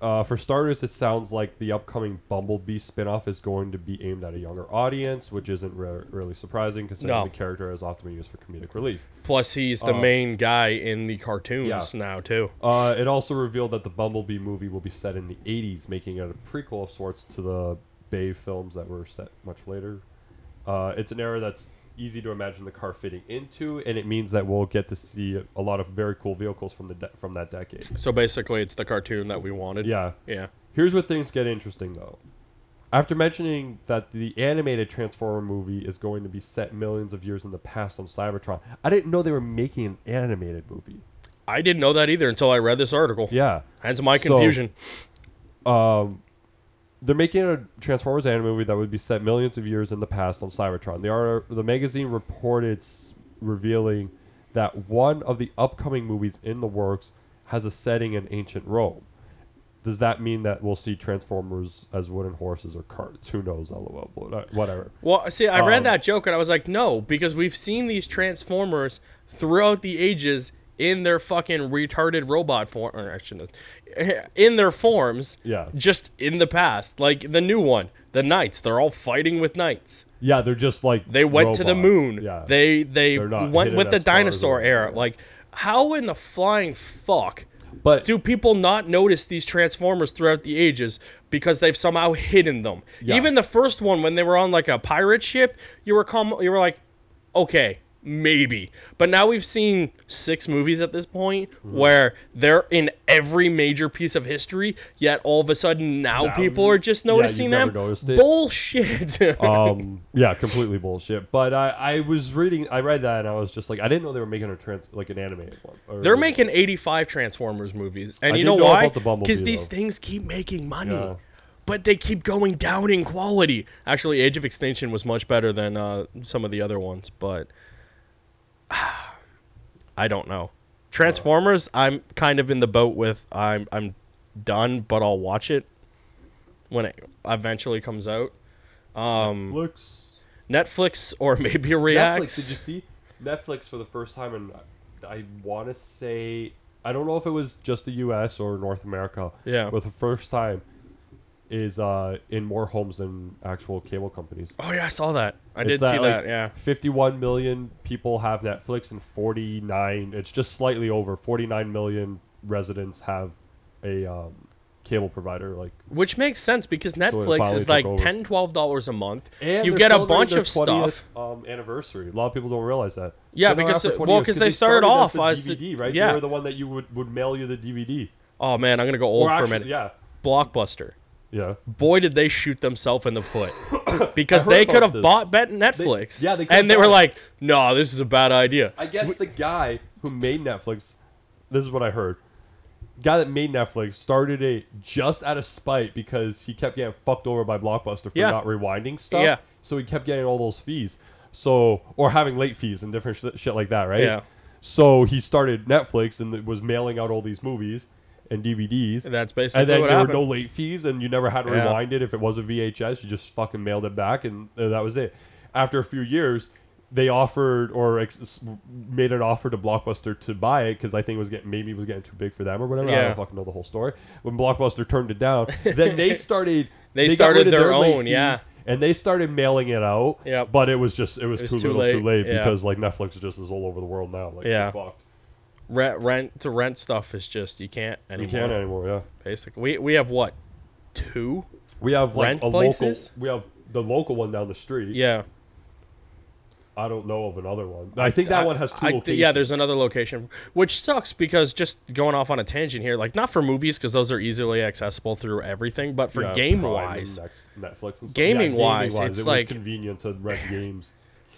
Uh, for starters, it sounds like the upcoming Bumblebee spin-off is going to be aimed at a younger audience, which isn't re- really surprising considering
No.
the character has often been used for comedic relief.
Plus, he's the
Uh,
main guy in the cartoons
yeah.
now too.
Uh, it also revealed that the Bumblebee movie will be set in the 80s, making it a prequel of sorts to the Bay films that were set much later. Uh, it's an era that's easy to imagine the car fitting into, and it means that we'll get to see a lot of very cool vehicles from the de- from that decade.
So basically, it's the cartoon that we wanted.
Yeah.
yeah.
Here's where things get interesting, though. After mentioning that the animated Transformer movie is going to be set millions of years in the past on Cybertron, I didn't know they were making an animated movie.
I didn't know that either until I read this article.
Yeah.
Hence my
So-
confusion.
um, they're making a Transformers anime movie that would be set millions of years in the past on Cybertron. The are the magazine reported s- revealing that one of the upcoming movies in the works has a setting in ancient Rome. Does that mean that we'll see Transformers as wooden horses or carts? Who knows? LOL. but, uh, Whatever.
Well, see, I read
Um,
that joke and I was like, no, because we've seen these Transformers throughout the ages in their fucking retarded robot form. Or I shouldn't. have- In their forms.
Yeah.
Just in the past. Like the new one, the Knights, they're all fighting with Knights.
Yeah, they're just like
They went to the
robots.
moon.
Yeah.
They they
They're not
went
hidden
with the
as far as
dinosaur
the-
era. Like, how in the flying fuck
but
do people not notice these transformers throughout the ages because they've somehow hidden them?
Yeah.
Even the first one, when they were on like a pirate ship, you were calm, you were like, okay, maybe. But now we've seen six movies at this point
Mm-hmm.
where they're in every major piece of history. Yet all of a sudden now
Now
people
you-
are just
yeah, you
noticing
never
them.
noticed it.
Bullshit.
um, yeah, completely bullshit. But I, I was reading, I read that, and I was just like, I didn't know they were making a trans like an animated one. or-
They're making 85 Transformers movies. And
I
you know
didn't know
why?
about the Bumblebee,
Because these
though.
things keep making money.
Yeah.
but they keep going down in quality. Actually, Age of Extinction was much better than uh, some of the other ones, but I don't know. Transformers, I'm kind of in the boat with. I'm I'm done, but I'll watch it when it eventually comes out. Um,
Looks.
Netflix or maybe
Netflix. Did you
Reacts.
see Netflix for the first time? And I want to say I don't know if it was just the U.S. or North America.
Yeah.
But the first time is uh, in more homes than actual cable companies.
Oh yeah, I saw that. I
It's
did see
like,
that. Yeah.
51 million people have Netflix and 49, it's just slightly over 49 million residents have a um, cable provider. Like,
Which makes sense because
it
Netflix
finally
is
took
like
over.
$10, $12 a month.
and
you
they're
get a
celebrating
bunch
their
of stuff.
20th, Um, anniversary. A lot of people don't realize that.
Yeah,
They've been
because
around
it-
for 20
well,
years,
'cause they
because
started off as
as
the-
the DVD, right?
yeah.
they were the one that you would, would mail you the DVD.
Oh man, I'm gonna go old
Or
for a
actually,
minute.
yeah,
Blockbuster.
yeah.
Boy, did they shoot themselves in the foot because
heard
they
about
could have
this.
bought bet Netflix.
yeah, they could've
and they were
bought it.
like, "No, this is a bad idea."
I guess the guy who made Netflix, this is what I heard. Guy that made Netflix started it just out of spite because he kept getting fucked over by Blockbuster for
Yeah.
not rewinding stuff.
Yeah.
So he kept getting all those fees. So or having late fees and different sh- shit like that, right?
Yeah.
So he started Netflix and was mailing out all these movies and DVDs.
That's basically
And then
what
there were
happened.
no late fees, and you never had to
Yeah.
rewind it. If it was a VHS, you just fucking mailed it back, and uh, that was it. After a few years, they offered or ex- s- made an offer to Blockbuster to buy it because I think it was getting maybe it was getting too big for them or whatever. I
Yeah.
don't fucking know the whole story. When Blockbuster turned it down, then they started
They
got
started
rid of
their
late
own, yeah.
and they started mailing it out.
Yep.
but it was just it was,
was
too,
too
little,
late,
too late
yeah.
because like Netflix just is all over the world now. Like,
Yeah.
yeah, fucked.
rent, rent to rent stuff is just you can't
You
anymore.
can't anymore. Yeah.
Basically, we we have what two?
We have like
Rent
a
places?
local. We have the local one down the street.
Yeah,
I don't know of another one. I think that
I-
one has two
I
locations.
thi- yeah, there's another location, which sucks because just going off on a tangent here, like not for movies because those are easily accessible through everything, but for
Yeah,
game
Prime and
wise,
Nex- Netflix and stuff.
Gaming
Yeah, gaming
wise, it's
it was
like-
convenient to rent games.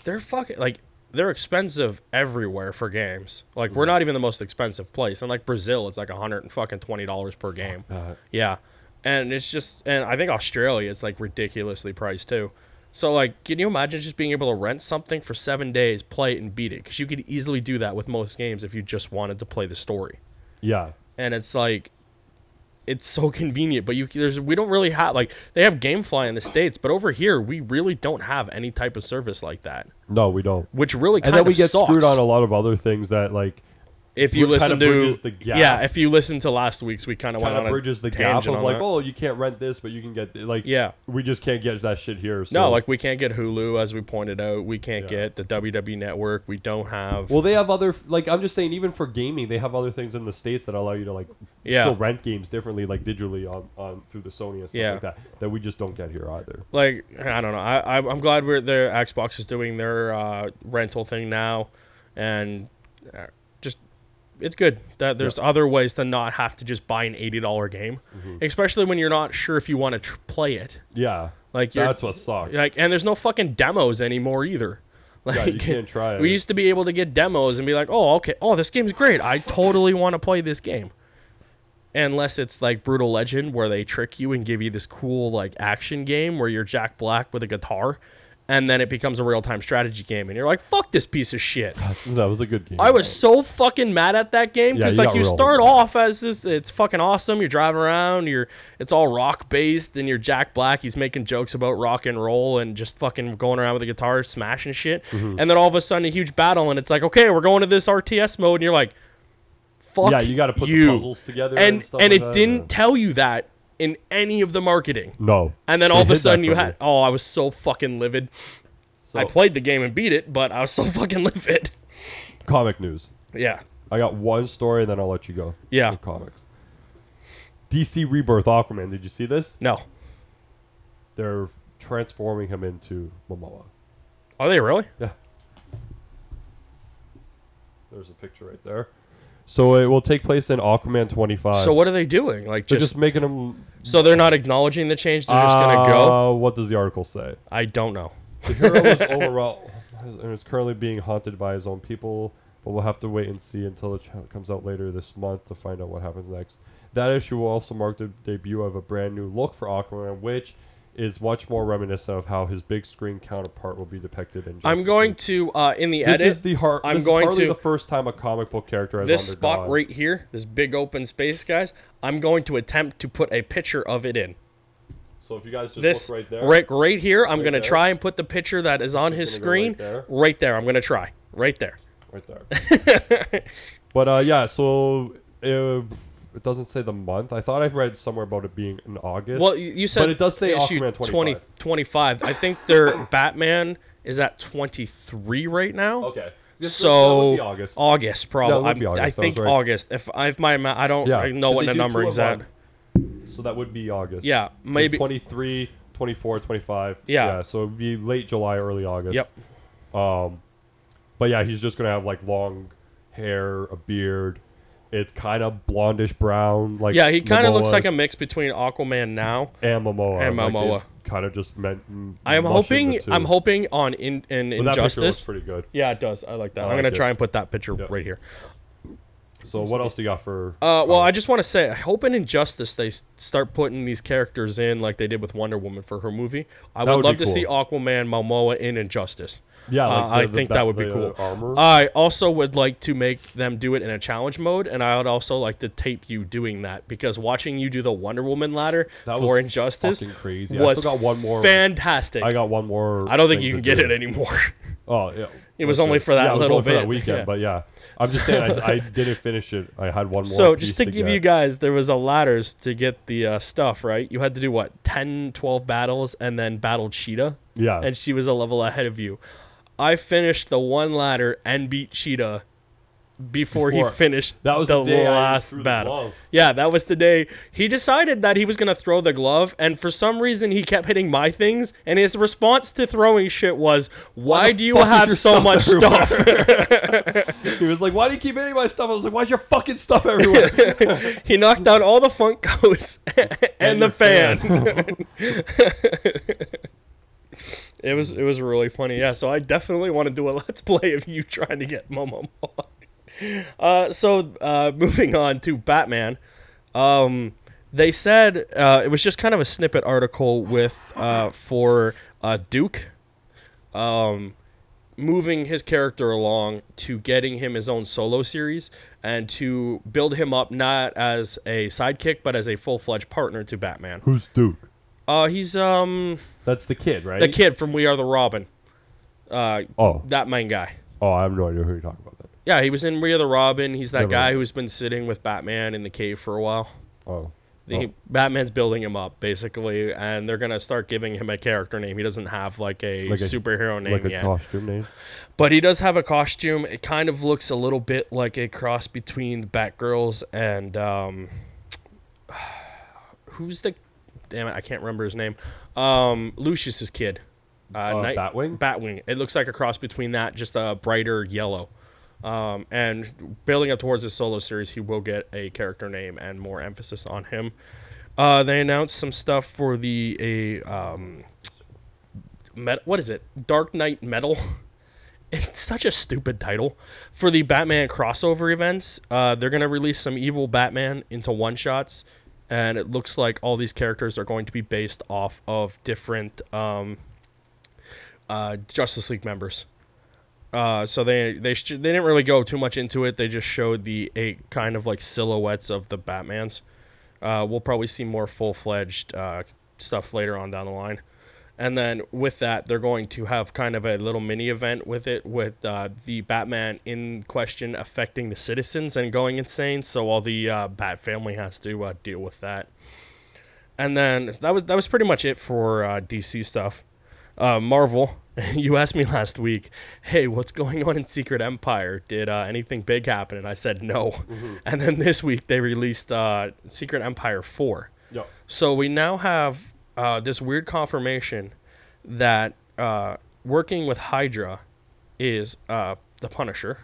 they're fucking like they're expensive everywhere for games. Like we're not even the most expensive place, and like Brazil, it's like a hundred and fucking twenty dollars per game.
that.
Yeah, and it's just, and I think Australia, it's like ridiculously priced too. So like, can you imagine just being able to rent something for seven days, play it, and beat it? Because you could easily do that with most games if you just wanted to play the story.
Yeah,
and it's like it's so convenient but you there's we don't really have like they have gamefly in the states but over here we really don't have any type of service like that
no, we don't.
which really kind
And then
of
we get
sucks
screwed on a lot of other things that like
if you
kinda
listen to
bridges the gap.
yeah if you listen to last week's we kind of went
kind
on
of
a
bridges the gap
tangent
of
on
like,
that.
oh, you can't rent this, but you can get th- like
Yeah.
we just can't get that shit here. So.
no like we can't get hulu as we pointed out we can't
Yeah.
get the ww network we don't have
Well, they have other like I'm just saying, even for gaming, they have other things in the states that allow you to like
Yeah.
still rent games differently, like digitally on, on through the Sony and stuff
Yeah.
like that, that we just don't get here either.
like I don't know. I, I I'm glad we're their Xbox is doing their uh, rental thing now, and uh, just it's good that there's other ways to not have to just buy an eighty dollar game, especially when you're not sure if you want to tr- play it.
Yeah,
Like you're,
that's what sucks.
like, and there's no fucking demos anymore either. Like,
Yeah, you can't try it.
We used to be able to get demos and be like, "Oh, okay. Oh, this game's great. I totally want to play this game." Unless it's like Brutal Legend, where they trick you and give you this cool like action game where you're Jack Black with a guitar, and then it becomes a real time strategy game, and you're like, "Fuck this piece of shit."
that was a good game.
I was so fucking mad at that game
Yeah,
because
you
like
got
you
rolled.
start off as this, it's fucking awesome. You're driving around, you're it's all rock based, and you're Jack Black. He's making jokes about rock and roll and just fucking going around with a guitar, smashing shit.
Mm-hmm.
And then all of a sudden, a huge battle, and it's like, okay, we're going to this RTS mode, and you're like, fuck,
Yeah, you got to put
you.
the puzzles together and
and
stuff
and
like
it
that,
didn't
yeah.
tell you that in any of the marketing.
No.
And then
They
all of a
hid that
sudden, you
from
had oh, I was so fucking livid.
So,
I played the game and beat it, but I was so fucking livid.
comic news.
Yeah,
I got one story, and then I'll let you go.
Yeah.
with comics. DC Rebirth Aquaman. Did you see this?
no,
They're transforming him into Momoa.
are they really?
Yeah. There's a picture right there. So it will take place in Aquaman 25.
So what are they doing? Like
Uh, they're
just,
just, making him.
so they're not acknowledging the change. They're just gonna go.
Uh, What does the article say?
I don't know.
The hero was overall and is currently being haunted by his own people, but we'll have to wait and see until it ch- comes out later this month to find out what happens next. That issue will also mark the debut of a brand new look for Aquaman, which is much more reminiscent of how his big screen counterpart will be depicted in. Justice
I'm going
League.
to uh, in the
This
edit.
is the heart.
I'm
this
going
is hardly
to-
the first time a comic book character has
this spot
undergone-
right here, this big open space, guys. I'm going to attempt to put a picture of it in.
So if you guys just
This
look
right
right there,
right, here. I'm gonna
there.
try and put the picture that is on his
Just gonna go
screen
right there.
right there. I'm gonna try right there.
right there. but uh, yeah, so it, it doesn't say the month. I thought I read somewhere about it being in August.
Well, you you said,
But it does say
issue
Aquaman 25.
25. I think their Batman is at 23 right now.
okay. Yes, that would
So
be August. Yeah, it
probably.
would be
I'm- I
August. I was
think
right.
August. If I- if my ma- I don't
Yeah,
I know
'cause
what
they
the
do
number
two a
is at.
month. So that would be August.
Yeah,
It's
maybe.
23, 24, 25.
Yeah.
So it'd be late July, early August.
Yep.
But yeah, he's just gonna have like long hair, a beard. It's kind of blondish brown. Like
Yeah, he kind of looks like a
Momoa's
mix between Aquaman now.
and Momoa.
and Momoa.
kind of just meant. m-
I am
mushing the
hoping.
two.
I'm hoping on in, in
But that picture looks
injustice.
pretty good.
yeah, it does. I like that. I am
like
gonna
it.
try and put that picture
Yep.
right here.
So what else do you got for?
Uh, well, I just want to say, I hope in Injustice they s- start putting these characters in like they did with Wonder Woman for her movie. I would,
would be
love to see
cool.
Aquaman, Momoa in Injustice.
Yeah,
Uh,
like
I
the-
think
the-
that would be
the
cool.
armor.
I also would like to make them do it in a challenge mode, and I would also like to tape you doing that because watching you do the Wonder Woman ladder
That
for
was
Injustice
fucking crazy. I
was
still got one more-
fantastic.
I got one more.
I don't think
thing
you can
to
get
do.
it anymore.
Oh, yeah.
It was
that's
only for that
yeah, it was
little
only for
bit.
that weekend,
Yeah.
but yeah, I'm just saying I, I didn't finish it. I had one more.
so just to,
piece
give
get.
you guys there was a ladders to get the uh, stuff right you had to do what 10 12 battles and then battle cheetah
Yeah.
and she was a level ahead of you i finished the one ladder and beat cheetah before,
Before-
he finished
that was the day I
last
threw the
battle
glove.
yeah that was the day he decided that he was going to throw the glove and for some reason he kept hitting my things and his response to throwing shit was why,
the
do you
fuck is your
have so
stuff
much
everywhere?"
stuff
He was like, "Why do you keep hitting my stuff?" I was like, "Why's your fucking stuff everywhere?"
he knocked out all the Funkos and, the
the
fan.
fan.
it was it was really funny. Yeah, so I definitely want to do a let's play of you trying to get Momo. Moai. Uh, so uh, moving on to Batman. Um, they said uh, it was just kind of a snippet article with uh, for uh, Duke moving his character along to getting him his own solo series and to build him up not as a sidekick but as a full-fledged partner to Batman.
Who's Duke?
Uh he's um
That's the kid, right?
the kid from We Are the Robin. Uh
Oh,
that main guy.
oh, I have no idea who you're talking about. Then.
Yeah, he was in We Are the Robin. He's that
Never
guy
mind.
who's been sitting with Batman in the cave for a while.
Oh,
The
Oh.
Batman's building him up basically and they're going to start giving him a character name. He doesn't have like a,
Like a-
superhero name
like a
yet.
costume name.
But he does have a costume. It kind of looks a little bit like a cross between Batgirls and um, who's the damn it? I can't remember his name. Um, Lucius's kid. Uh, Night-
Batwing?
Batwing. It looks like a cross between that, just a brighter yellow. Um, and building up towards his solo series, he will get a character name and more emphasis on him. Uh, they announced some stuff for the a um, met, what is it? Dark Knight Metal. It's such a stupid title for the Batman crossover events. Uh, they're gonna release some evil Batman into one shots, and it looks like all these characters are going to be based off of different um, uh, Justice League members. Uh, so they they sh- they didn't really go too much into it. They just showed the eight kind of like silhouettes of the Batmans. Uh, we'll probably see more full fledged uh, stuff later on down the line. And then with that, they're going to have kind of a little mini event with it, with uh, the Batman in question affecting the citizens and going insane. So all the uh, Bat family has to uh, deal with that. And then that was that was pretty much it for uh, DC stuff. Uh, Marvel, you asked me last week, hey, what's going on in Secret Empire? Did uh, anything big happen? And I said no. And then this week they released uh, Secret Empire Four.
Yeah.
So we now have uh, this weird confirmation that uh, working with Hydra is uh, the Punisher,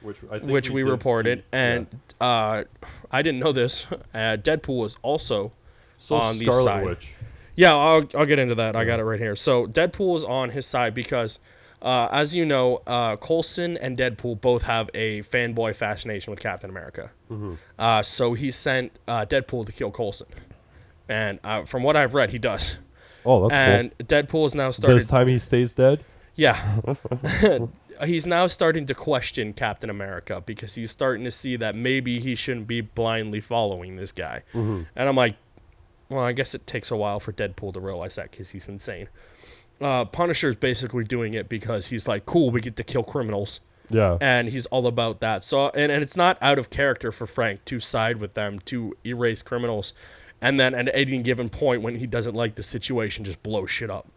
Which I think
which we,
did
reported,
see.
and
Yeah.
uh, I didn't know this. Uh, Deadpool was also
so
on the
Scarlet
side.
Witch.
yeah, I'll, I'll get into that. I got it right here. So Deadpool is on his side because Uh, as you know, uh, Coulson and Deadpool both have a fanboy fascination with Captain America. Uh, so he sent uh, Deadpool to kill Coulson, and uh, from what I've read, he does.
Oh, that's
And Deadpool is now
cool.
started.
This time he stays dead.
Yeah. he's now starting to question Captain America because he's starting to see that maybe he shouldn't be blindly following this guy. And I'm like, well, I guess it takes a while for Deadpool to realize that because he's insane. Uh, Punisher is basically doing it because he's like, cool, we get to kill criminals.
Yeah.
And he's all about that. So, and, and it's not out of character for Frank to side with them to erase criminals. And then at any given point when he doesn't like the situation, just blow shit up.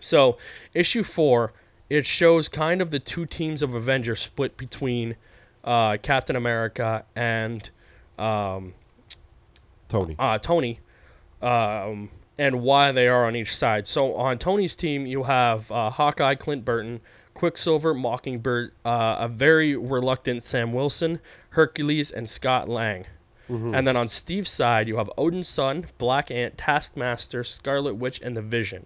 So, issue four, it shows kind of the two teams of Avengers split between uh, Captain America and um,
Tony.
uh, Tony, um, and why they are on each side. So on Tony's team, you have uh, Hawkeye, Clint Burton, Quicksilver, Mockingbird, uh, a very reluctant Sam Wilson, Hercules, and Scott Lang. And then on Steve's side, you have Odin's son, Black Ant, Taskmaster, Scarlet Witch, and the Vision.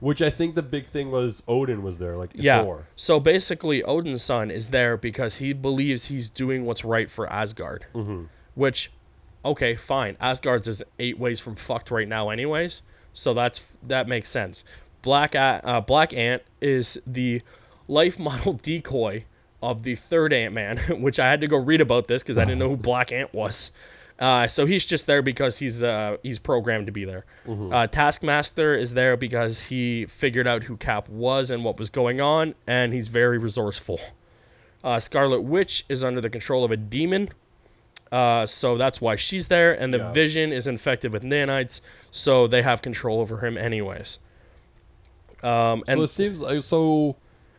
Which I think the big thing was Odin was there, like
Yeah.
Thor.
So basically, Odin's son is there because he believes he's doing what's right for Asgard. Mm-hmm. Which, okay, fine. Asgard's is eight ways from fucked right now, anyways. So that's that makes sense. Black A- uh, Black Ant is the life model decoy of the third Ant Man, which I had to go read about this because I didn't know who Black Ant was. Uh, so he's just there because he's uh, he's programmed to be there. Uh, Taskmaster is there because he figured out who Cap was and what was going on, and he's very resourceful. Uh, Scarlet Witch is under the control of a demon, uh, so that's why she's there. And the
Yeah.
Vision is infected with nanites, so they have control over him anyways. Um, and
so it seems like so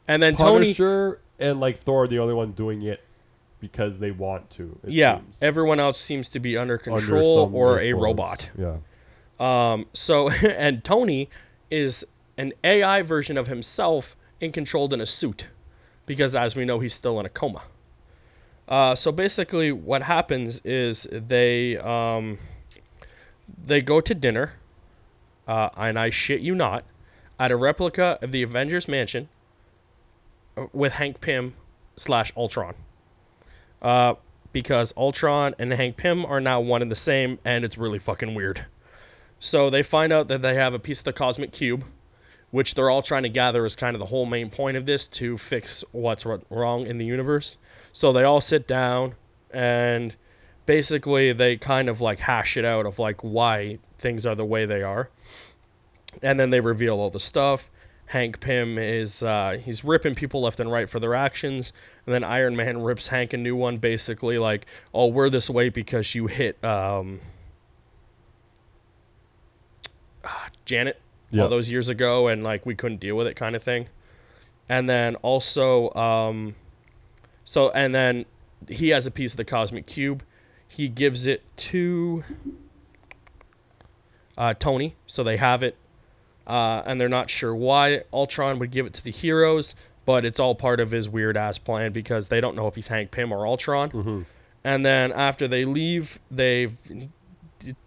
and then Tony,
Punisher and like Thor are the only one doing it because they want to. it
yeah,
seems.
everyone else seems to be under
Under
control
some
or a
influence.
robot.
Yeah.
Um, so, and Tony is an AI version of himself and controlled in a suit because, as we know, he's still in a coma. Uh, so basically, what happens is they um, they go to dinner, uh, and I shit you not, at a replica of the Avengers Mansion uh, with Hank Pym slash Ultron. Uh, because Ultron and Hank Pym are now one and the same, and it's really fucking weird. So they find out that they have a piece of the cosmic cube, which they're all trying to gather is kind of the whole main point of this to fix what's wr- wrong in the universe. So they all sit down and basically they kind of like hash it out of like why things are the way they are. And then they reveal all the stuff. Hank Pym is uh, he's ripping people left and right for their actions, and then Iron Man rips Hank a new one, basically like, "Oh, we're this way because you hit um, ah, Janet
Yeah.
all those years ago, and like we couldn't deal with it, kind of thing. And then also, um, so and then he has a piece of the cosmic cube. He gives it to uh, Tony, so they have it, uh, and they're not sure why Ultron would give it to the heroes, but it's all part of his weird ass plan because they don't know if he's Hank Pym or Ultron.
Mm-hmm.
And then after they leave, they d-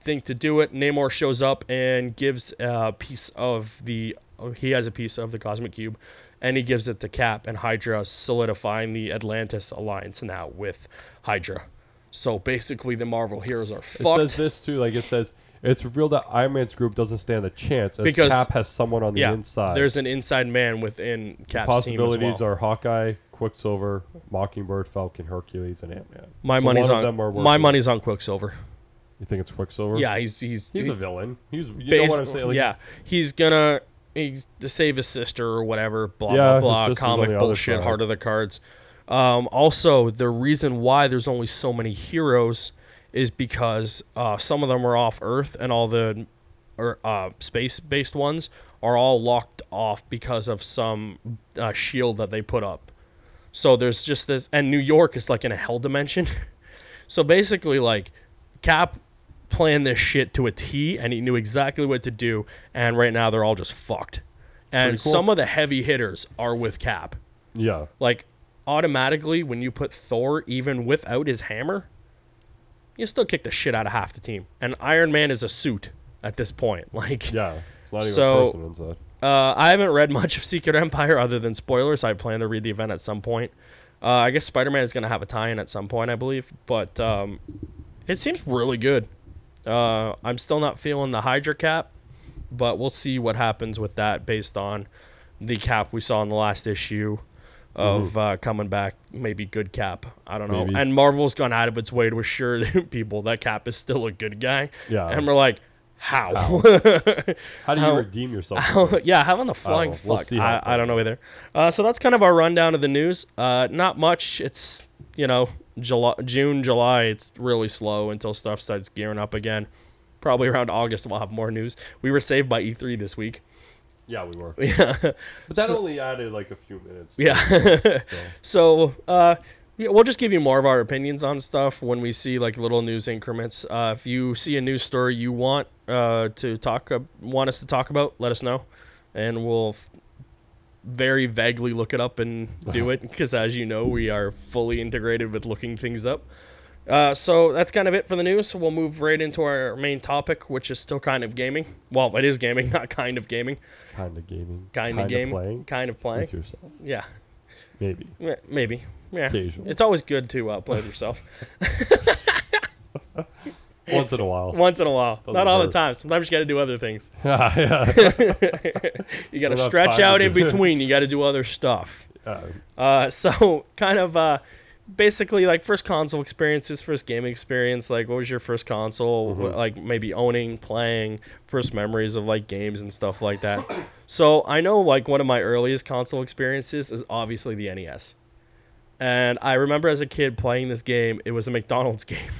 think to do it. Namor shows up and gives a piece of the. oh, He has a piece of the cosmic cube, and he gives it to Cap and Hydra, solidifying the Atlantis alliance now with Hydra. So basically, the Marvel heroes are
It
fucked.
says this too. Like it says, it's revealed that Iron Man's group doesn't stand a chance as
Because-
Cap has someone on the
yeah,
inside.
there's an inside man within Cap's team
possibilities
as well.
are Hawkeye, Quicksilver, Mockingbird, Falcon, Hercules, and Ant Man.
my money's on
one Of them are
my
working.
money's on Quicksilver.
You think it's Quicksilver?
Yeah, he's he's
He's
he-
a villain. He's you know
basi-
what I'm saying. Like,
yeah,
he's-
he's gonna he's to save his sister or whatever. Blah
Yeah,
blah
his
blah.
sister's on the
Comic
other
bullshit.
side.
Heart of the cards. Um, also, the reason why there's only so many heroes is because uh, some of them are off Earth, and all the or uh, space-based ones are all locked off because of some uh, shield that they put up. So there's just this, and New York is like in a hell dimension. so basically, like Cap planned this shit to a T, and he knew exactly what to do. And right now, they're all just fucked. And
Pretty cool.
some of the heavy hitters are with Cap.
yeah.
Like automatically, when you put Thor, even without his hammer, you still kick the shit out of half the team. And Iron Man is a suit at this point. Like
Yeah. It's not even
So-
a person inside.
Uh, I haven't read much of Secret Empire other than spoilers. I plan to read the event at some point. Uh, I guess Spider Man is going to have a tie in at some point, I believe. But um, it seems really good. Uh, I'm still not feeling the Hydra cap, but we'll see what happens with that based on the cap we saw in the last issue of uh, coming back. Maybe good cap. I don't know.
Mm-hmm. Maybe.
And Marvel's gone out of its way to assure people that cap is still a good guy.
Yeah.
And we're like, how?
How do you
how-
redeem yourself? from
Oh,
this?
yeah, how in the flying
know. We'll
fuck?
see how
I,
it
I don't know either. Uh, so that's kind of our rundown of the news. Uh, not much. It's you know July, June, July. It's really slow until stuff starts gearing up again. Probably around August we'll have more news. We were saved by E3 this week.
Yeah, we were.
Yeah,
But that only added like a few minutes.
yeah.
So.
So, uh, yeah, we'll just give you more of our opinions on stuff when we see like little news increments. Uh, if you see a news story you want uh, to talk, ab- want us to talk about, let us know, and we'll f- very vaguely look it up and do
Uh-huh.
it because, as you know, we are fully integrated with looking things up. Uh, so that's kind of it for the news. So we'll move right into our main topic, which is still kind of gaming. Well, it is gaming, not kind of gaming,
Kind of gaming.
kind of gaming,
Playing.
kind of playing.
With yourself.
Yeah.
Maybe.
Yeah, Maybe. Yeah.
Occasional.
It's always good to uh, play with yourself
Once in a while.
once in a while. Not all the
hurt.
time. Sometimes you got to do other things.
yeah.
You got to
Enough
stretch
time
out
to
in
do it.
between. You got to do other stuff.
Uh,
Uh, so kind of uh, basically like first console experiences, first gaming experience. Like what was your first console? Wh- Like maybe owning, playing, first memories of like games and stuff like that. so I know like one of my earliest console experiences is obviously the NES. And I remember as a kid playing this game. It was a McDonald's game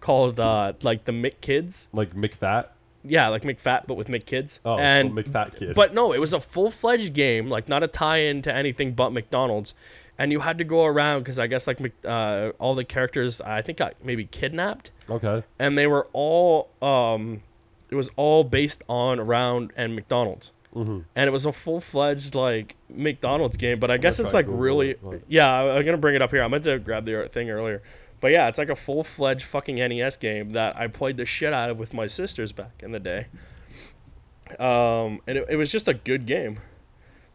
called uh, like the McKids.
like McFat.
Yeah, like McFat, but with McKids.
Oh,
and
and McFat kid.
but no, it was a full fledged game, like not a tie in to anything but McDonald's. And you had to go around because I guess like Mc- uh, all the characters I think got maybe kidnapped,
okay.
and they were all um, it was all based on around and McDonald's, mm-hmm. and it was a full fledged like McDonald's game. But I guess
gonna
it's
try
like
to Google
really
it, like-
yeah. I, I'm gonna bring it up here. I meant to grab the uh, thing earlier, but yeah, it's like a full fledged fucking NES game that I played the shit out of with my sisters back in the day. Um, and it, it was just a good game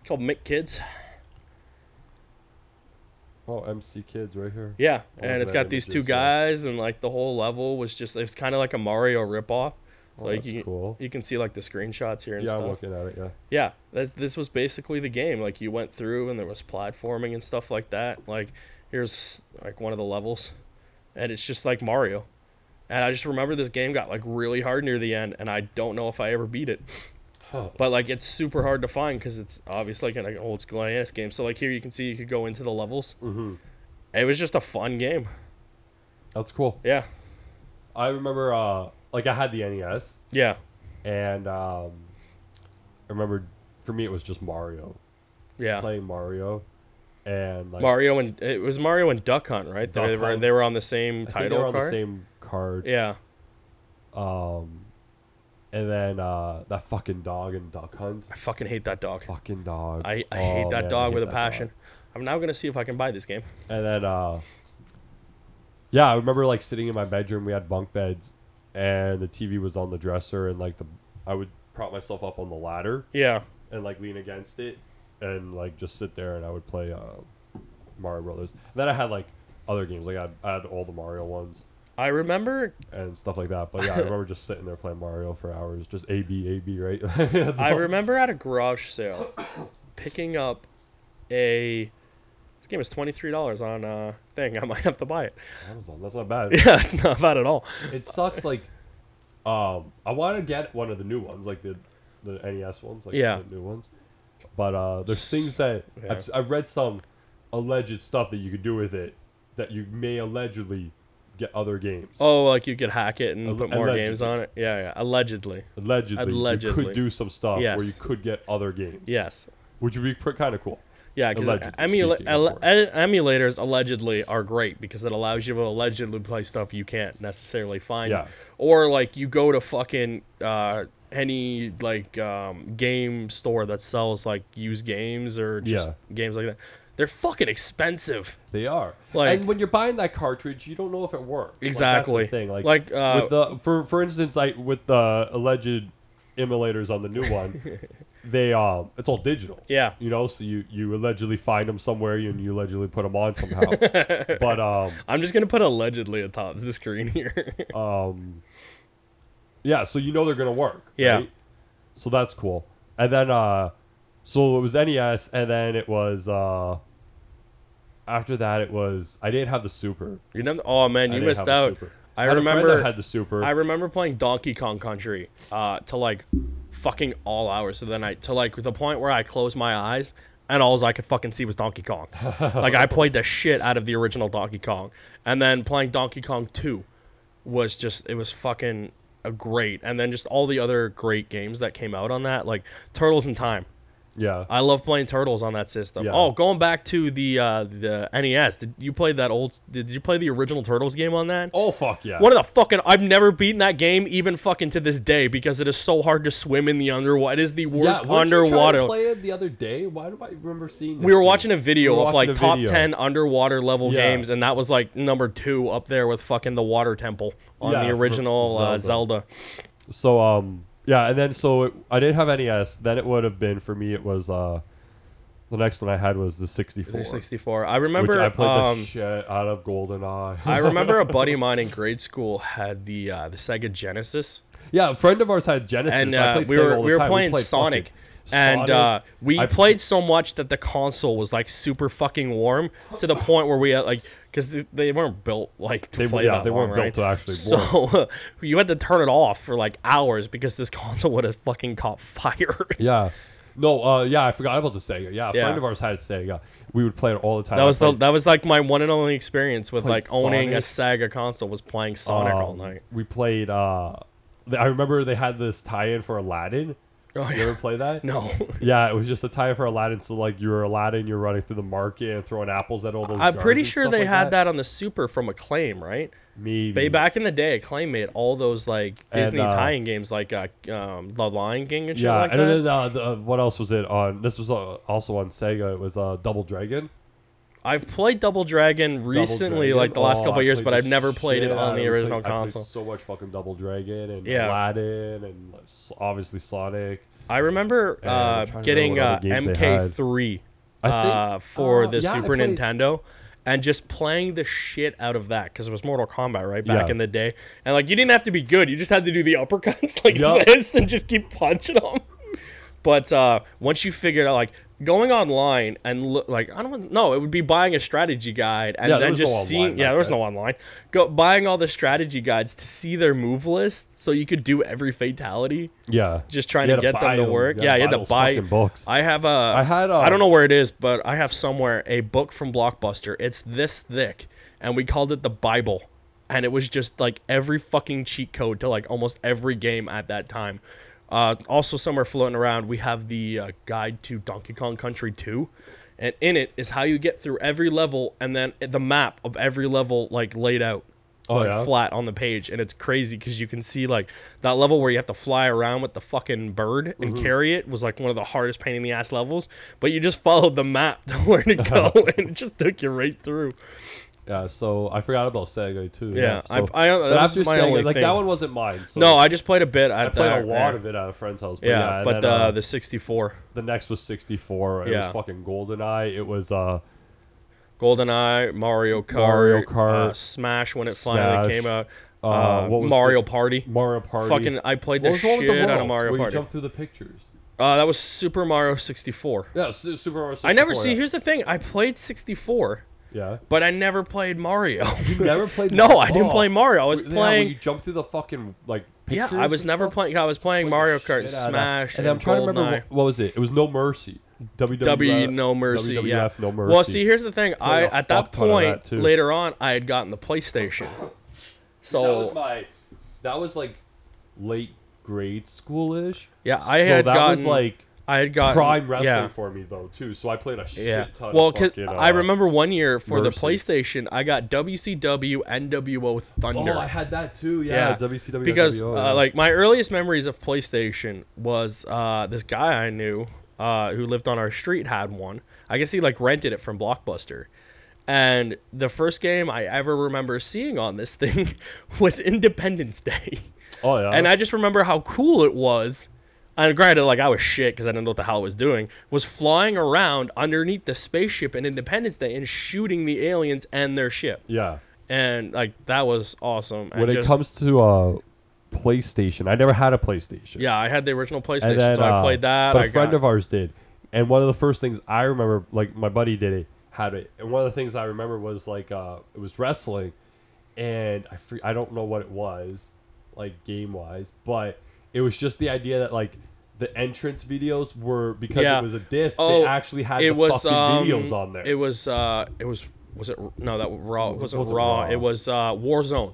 It's called Mick Kids.
Oh, MC kids right here.
Yeah,
I
and
like
it's
that
got these
imagery
two
as well.
guys, and like the whole level was just it's kind of like a Mario ripoff.
Oh,
like
that's
you,
cool.
you can see like the screenshots here and
yeah, I'm
stuff.
looking at it. Yeah.
Yeah, that's, this was basically the game. Like you went through, and there was platforming and stuff like that. Like here's like one of the levels, and it's just like Mario. And I just remember this game got like really hard near the end, and I don't know if I ever beat it.
Huh.
But like it's super hard to find because it's obviously like an like, an old school NES game. So like here you can see you could go into the levels.
Mm-hmm.
It was just a fun game.
That's cool.
Yeah,
I remember, uh, like, I had the NES,
yeah,
and um, I remember for me it was just Mario
yeah.
playing Mario, and like
Mario and it was Mario and Duck Hunt, right?
Duck
they were
Hunt.
they were on the same
I think they
title
were on
card.
the same card.
Yeah,
Um, and then uh, that fucking dog and Duck Hunt.
I fucking hate that dog.
Fucking dog.
I, I
Oh,
hate that
man, I
dog
hate
with a
that
passion. I'm now gonna see if I can buy this game.
And then, uh, yeah, I remember like sitting in my bedroom. We had bunk beds, and the TV was on the dresser, and like the I would prop myself up on the ladder
Yeah,
and like lean against it, and like just sit there, and I would play uh, Mario Brothers. And then I had like other games, like I had, I had all the Mario ones
I remember.
and stuff like that. But yeah, I remember just sitting there playing Mario for hours, just A B A B, right? That's
I
all.
remember at a garage sale, picking up a. This game is twenty three dollars on uh thing. I might have to buy it.
"Oh, Amazon. That's not bad.
Yeah, it's not bad at all.
it sucks like um i want to get one of the new ones like the the nes ones like
Yeah.
the new ones but uh there's things that
Yeah.
I've, s- I've read some alleged stuff that you could do with it that you may allegedly get other games
Oh, like you could hack it and
Al-
put more games
allegedly.
on it. Yeah, yeah. Allegedly,
allegedly, you
Allegedly.
could do some stuff
Yes.
where you could get other games
yes.
which would be kind of cool
Yeah, because
Allegedly
emula-
speaking, of
ele-
course.
e- emulators allegedly are great because it allows you to allegedly play stuff you can't necessarily find.
Yeah.
Or like you go to fucking uh, any like um, game store that sells like used games or just games like that. They're fucking expensive.
they are
Like-
and when you're buying that cartridge you don't know if it works Like, that's the
Exactly.
thing like
Like, uh,
with the for for instance i with the alleged immolators on the new one, they um, it's all digital.
Yeah.
You know, so you you allegedly find them somewhere, you, and you allegedly put them on somehow. but um,
I'm just gonna put allegedly atop the screen here.
um, yeah, so you know they're gonna work.
Yeah.
right? So that's cool. And then uh, so it was NES, and then it was uh. After that, it was I didn't have the super.
you know, oh man,
I
you
didn't
missed
have a
out.
Super.
I
had a friend
remember
that had the super.
I remember playing Donkey Kong Country uh, to like fucking all hours of the night to like the point where I closed my eyes and all I could fucking see was Donkey Kong. like I played the shit out of the original Donkey Kong, and then playing Donkey Kong Two was just it was fucking a great. And then just all the other great games that came out on that, like Turtles in Time.
yeah,
I love playing Turtles on that system.
Yeah.
Oh, going back to the uh, the NES, did you play that old? Did you play the original Turtles game on that?
Oh fuck yeah!
One of the fucking I've never beaten that game even fucking to this day because it is so hard to swim in the underwater. It is the
yeah,
worst
weren't you trying to
underwater.
play it the other day. Why do I remember seeing? This
We were
thing?
watching a video
We were
of
watching
like
a
top
video.
ten underwater level
Yeah.
games, and that was like number two up there with fucking the Water Temple on
Yeah,
the
for
original Zelda. Uh, Zelda.
So um yeah, and then so it, I didn't have NES. Then it would have been for me. It was uh the next one I had was the 64.
There's 64. I
which
remember.
I played the
um,
shit out of GoldenEye.
I remember a buddy of mine in grade school had the uh, the Sega Genesis.
yeah, a friend of ours had Genesis.
and
I
uh,
played
we
Sega
were
all the
we were
time.
playing
played
Sonic,
fucking
and
Sonic.
uh, we
I-
played so much that the console was like super fucking warm to the point where we had like because they, they weren't built like to
They-
play
yeah,
that
they
long,
weren't built
right?
to actually
So you had to turn it off for like hours because this console would have fucking caught fire.
Yeah. No, uh, yeah, I forgot about the Sega. Yeah, a
Yeah.
friend of ours had Sega. We would play it all the time.
That
I
was the,
played
that was like my one and only experience with
played
like owning a Sega console was playing Sonic all
Um,
night.
We played. Uh, th- I remember they had this tie-in for Aladdin.
Oh,
you
yeah.
ever play that?
No,
Yeah, it was just a tie-in for Aladdin. So like you were Aladdin, you're running through the market and throwing apples at all those.
I'm
guards
pretty
and
sure
stuff
they
like
had that. on the Super from Acclaim, right?
Me.
They back in the day, Acclaim made all those like Disney
Mm. uh,
tie-in games, like uh, um, The Lion King and shit
Yeah,
like
and
that.
then uh, the, uh, what else was it on? This was uh, also on Sega. It was uh, Double Dragon.
I've played Double Dragon recently,
Dragon.
like the last
Oh,
couple
I
of years,
played
but
the
I've never played it
shit
on
out
the
of- I
original
played- I played
console.
so much fucking Double Dragon and
Yeah.
Aladdin and obviously Sonic.
I remember
I'm
uh,
trying to remember
getting
what
uh,
other games they had.
MK3
I think-
uh, for
uh,
the
yeah, I
Super
played-
Nintendo. And just playing the shit out of that because it was Mortal Kombat, right? Back
Yeah.
in the day. And like, you didn't have to be good. You just had to do the uppercuts like
Yup.
this and just keep punching them. But uh, once you figured out, like, going online and look, like, I don't know, it would be buying a strategy guide and
Yeah, there
then
was no
just
online
seeing, yeah,
back
there was
then.
no online. Go buying all the strategy guides to see their move list so you could do every fatality
Yeah,
just trying
You
to
had
get them
buy
to work. yeah, you had to
those
buy
fucking books.
I have a. I
had,
I don't
um,
know where it is, but I have somewhere a book from Blockbuster. It's this thick, and we called it the Bible, and it was just like every fucking cheat code to like almost every game at that time. Uh, also, somewhere floating around, we have the uh, guide to Donkey Kong Country 2, and in it is how you get through every level, and then the map of every level like laid out
Oh,
like
yeah?
flat on the page and it's crazy because you can see like that level where you have to fly around with the fucking bird and
Mm-hmm.
carry it was like one of the hardest pain in the ass levels but you just followed the map to where to go
Uh-huh.
and it just took you right through
Yeah, so I forgot about Sega too.
Yeah, I-
so-
I-
but
that was
after
my
Sega,
only
like that
thing.
one wasn't mine. So
no i just played a bit at
I played
that,
a lot of it at a friend's house. But
yeah,
yeah, and
but
then,
uh,
uh,
the 64
the next was 64. It
Yeah.
was fucking GoldenEye. It was uh,
goldeneye mario kart,
Mario Kart,
uh, smash when it finally
Smash,
came out uh,
uh, what was
mario
the-
party
Mario Party.
fucking i played
What
the
was the one with the
shit out of
worlds,
mario
where you
party
jump through the pictures.
uh, that was super mario 64
Yeah, Su- Super Mario. 64,
i never see
yeah.
here's the thing i played 64
Yeah.
but I never played Mario.
You never played.
no,
Mario-
I didn't
Oh.
play Mario. I was
Yeah, when
playing.
you jump through the fucking like.
yeah,
Pictures
I was
and
never
stuff.
playing. I was playing Mario Kart, and
Shit outta-
Smash, and,
And I'm trying to remember
GoldenEye.
what, uh, what was it. It was No Mercy. E WWF,
W No Mercy.
WWF,
yeah.
No Mercy.
Well, see, here's the thing. I
a
at that
fuck ton of
point
that, too.
later on, I had gotten the PlayStation.
that was
So
my that was like late grade schoolish.
Yeah, I
so
had
that
gotten-
was like
I had gotten
prime wrestling
yeah.
for me though too. So I played a shit
Yeah.
ton. uh,
well,
because
because I remember one year for the
Mercy.
PlayStation, I got WCW NWO Thunder.
Oh, I had that too. Yeah,
yeah,
WCW.
Because
NWO,
uh,
yeah.
like my earliest memories of PlayStation was uh, this guy I knew uh, who lived on our street had one. I guess he like rented it from Blockbuster. And the first game I ever remember seeing on this thing was Independence Day.
oh yeah,
And I just remember how cool it was and granted, like I was shit because I didn't know what the hell I was doing, was flying around underneath the spaceship in Independence Day and shooting the aliens and their ship.
Yeah.
And like that was awesome. And
When it
just-
comes to uh, PlayStation, I never had a PlayStation.
yeah, I had the original PlayStation,
And then,
so I
uh,
played that.
But
I
a friend
got,
of ours did, and one of the first things I remember, like my buddy did it, had it, and one of the things I remember was like uh, it was wrestling, and I fre- I don't know what it was, like game wise, but it was just the idea that like the entrance videos were because
Yeah.
it was a disc,
Oh,
they actually had
it
the
was
fucking
um,
videos on there.
It was uh, it was was it no that raw it wasn't,
wasn't
raw.
Raw.
It was uh, Warzone.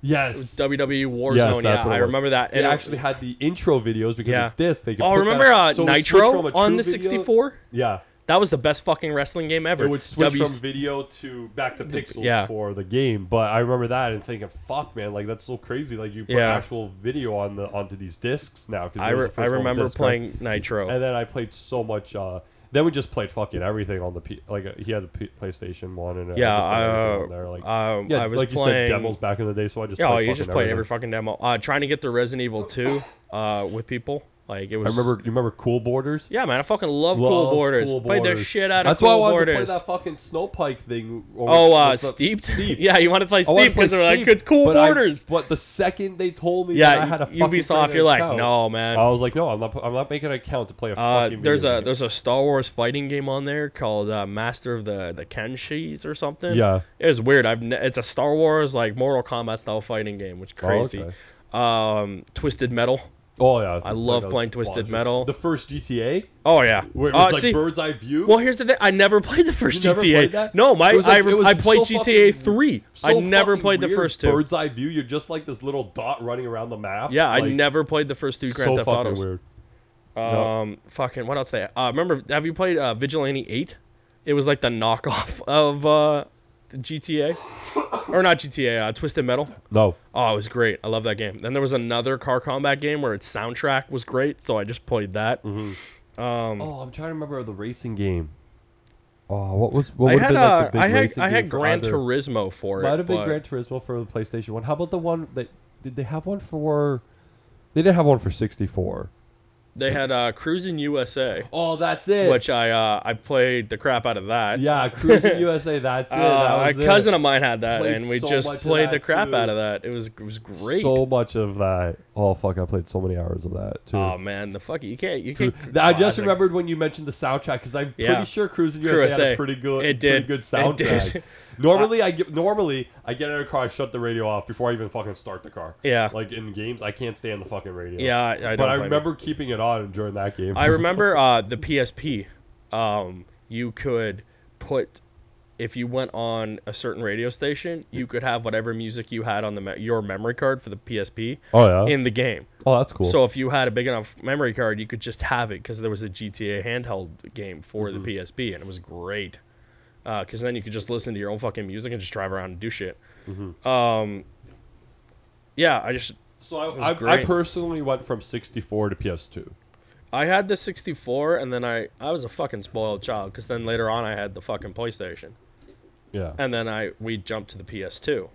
yes.
WWE Warzone.
Yes, that's
yeah,
what it
I
was.
remember that.
It
And
actually had the intro videos because
Yeah.
it's disc. They could
Oh,
put
remember
that,
uh,
so it would switch from a
Nitro on
true
the
video-
64?
Yeah.
That was the best fucking wrestling game ever.
It would switch
W-
from video to back to pixels
yeah.
for the game. But I remember that and thinking, "Fuck, man! Like that's so crazy! Like you put
Yeah.
actual video on the onto these discs now." Cause
I,
it was
re-
the
I
first one with
remember
discs, right?
playing Nitro.
And then I played so much. uh Then we just played fucking everything on the P- like uh, he had a P- PlayStation One and uh,
Yeah,
just played everything
uh,
on there. Like,
um,
yeah,
I was
like you said,
playing-
demos back in the day. So I just
Yeah, oh, you
played
just
fucking
played
everything.
every fucking demo. Uh, trying to get the Resident Evil 2 uh, with people. Like it
I
was.
remember you remember Cool Borders.
Yeah, man, I fucking love Cool
Loved
Borders.
Cool
Played the
Borders.
shit out of
That's
Cool
why I wanted
Borders.
to play that fucking snowpike thing. or
oh, uh,
what's- what's the-
Steeped. yeah, you want to play
I wanted to
Steeped because
play
they're like
Steep,
it's Cool
but I-
Borders.
but the second they told me that I
yeah,
had a fucking
Ubisoft,
thing
you're
on
like,
account,
no, man.
I was like, no, I'm not. I'm not making an account to play a
Uh,
fucking.
there's
video
a
game.
there's a Star Wars fighting game on there called uh, Master of the the Kenshis or something.
Yeah.
it was weird. I've ne- it's a Star Wars like Mortal Kombat style fighting game, which is crazy.
Oh, okay.
Um, Twisted Metal.
Oh yeah,
I love
played a
playing
bunch
Twisted
of-
Metal.
The first GTA,
Oh yeah.
where it
Uh,
was like
see,
bird's eye view.
well, here's the thing. I never played the first
You never
GTA.
played that?
No, my
It was like-
I, re-
it was
I played
so
GTA
fucking-
three.
so
I never
fucking
played the
weird
first two.
Bird's eye view. You're just like this little dot running around the map.
yeah, I
Like,
never played the first two Grand
So
Theft
fucking
Autos.
weird.
Um, fucking what else? They uh, remember? Have you played uh, Vigilante Eight? It was like the knockoff of uh, the GTA, or not GTA, uh, Twisted Metal.
No,
Oh, it was great. I love that game. Then there was another car combat game where its soundtrack was great, so I just played that.
Mm-hmm.
um,
Oh, I'm trying to remember the racing game. Oh, what was what
I
would have
had
been
uh,
like the big
I had
racing
I
game
had
for
Gran
either?
Turismo for it.
Might have been
but-
Gran Turismo for the PlayStation One. How about the one that did they have one for? They didn't have one for 64.
They had uh, Cruising USA,
Oh, that's it.
which I uh, I played the crap out of that.
yeah, Cruising USA. That's it.
Uh,
that
a
was it.
cousin of mine had that,
Played
and we
so
just
much of
played
that
the crap
too.
out of that. It was it was great.
So much of that. Oh fuck! I played so many hours of that too.
Oh man, the fuck you can't you
Cru-
can't. oh,
I just
that's a-
remembered when you mentioned the soundtrack because I'm
Yeah.
pretty sure Cruising USA had
USA.
a pretty good,
It
pretty
did.
good
It did. Uh,
soundtrack. Normally, I get normally I get in a car, I shut the radio off before I even fucking start the car.
Yeah.
like in games, I can't stand the fucking radio.
yeah, I, I don't
but
blame
I
you.
remember keeping it on during that game.
I remember uh, the PSP. Um, you could put if you went on a certain radio station, you could have whatever music you had on the me- your memory card for the PSP
oh yeah.
in the game.
Oh, that's cool.
So if you had a big enough memory card, you could just have it because there was a GTA handheld game for the PSP, and it was great. Because then you could just listen to your own fucking music and just drive around and do shit. Um, yeah, I just
So I,
was
I, I
great.
personally went from 64 to PS2.
I had the 64, and then I I was a fucking spoiled child because then later on I had the fucking PlayStation,
Yeah.
and then I we jumped to the PS2.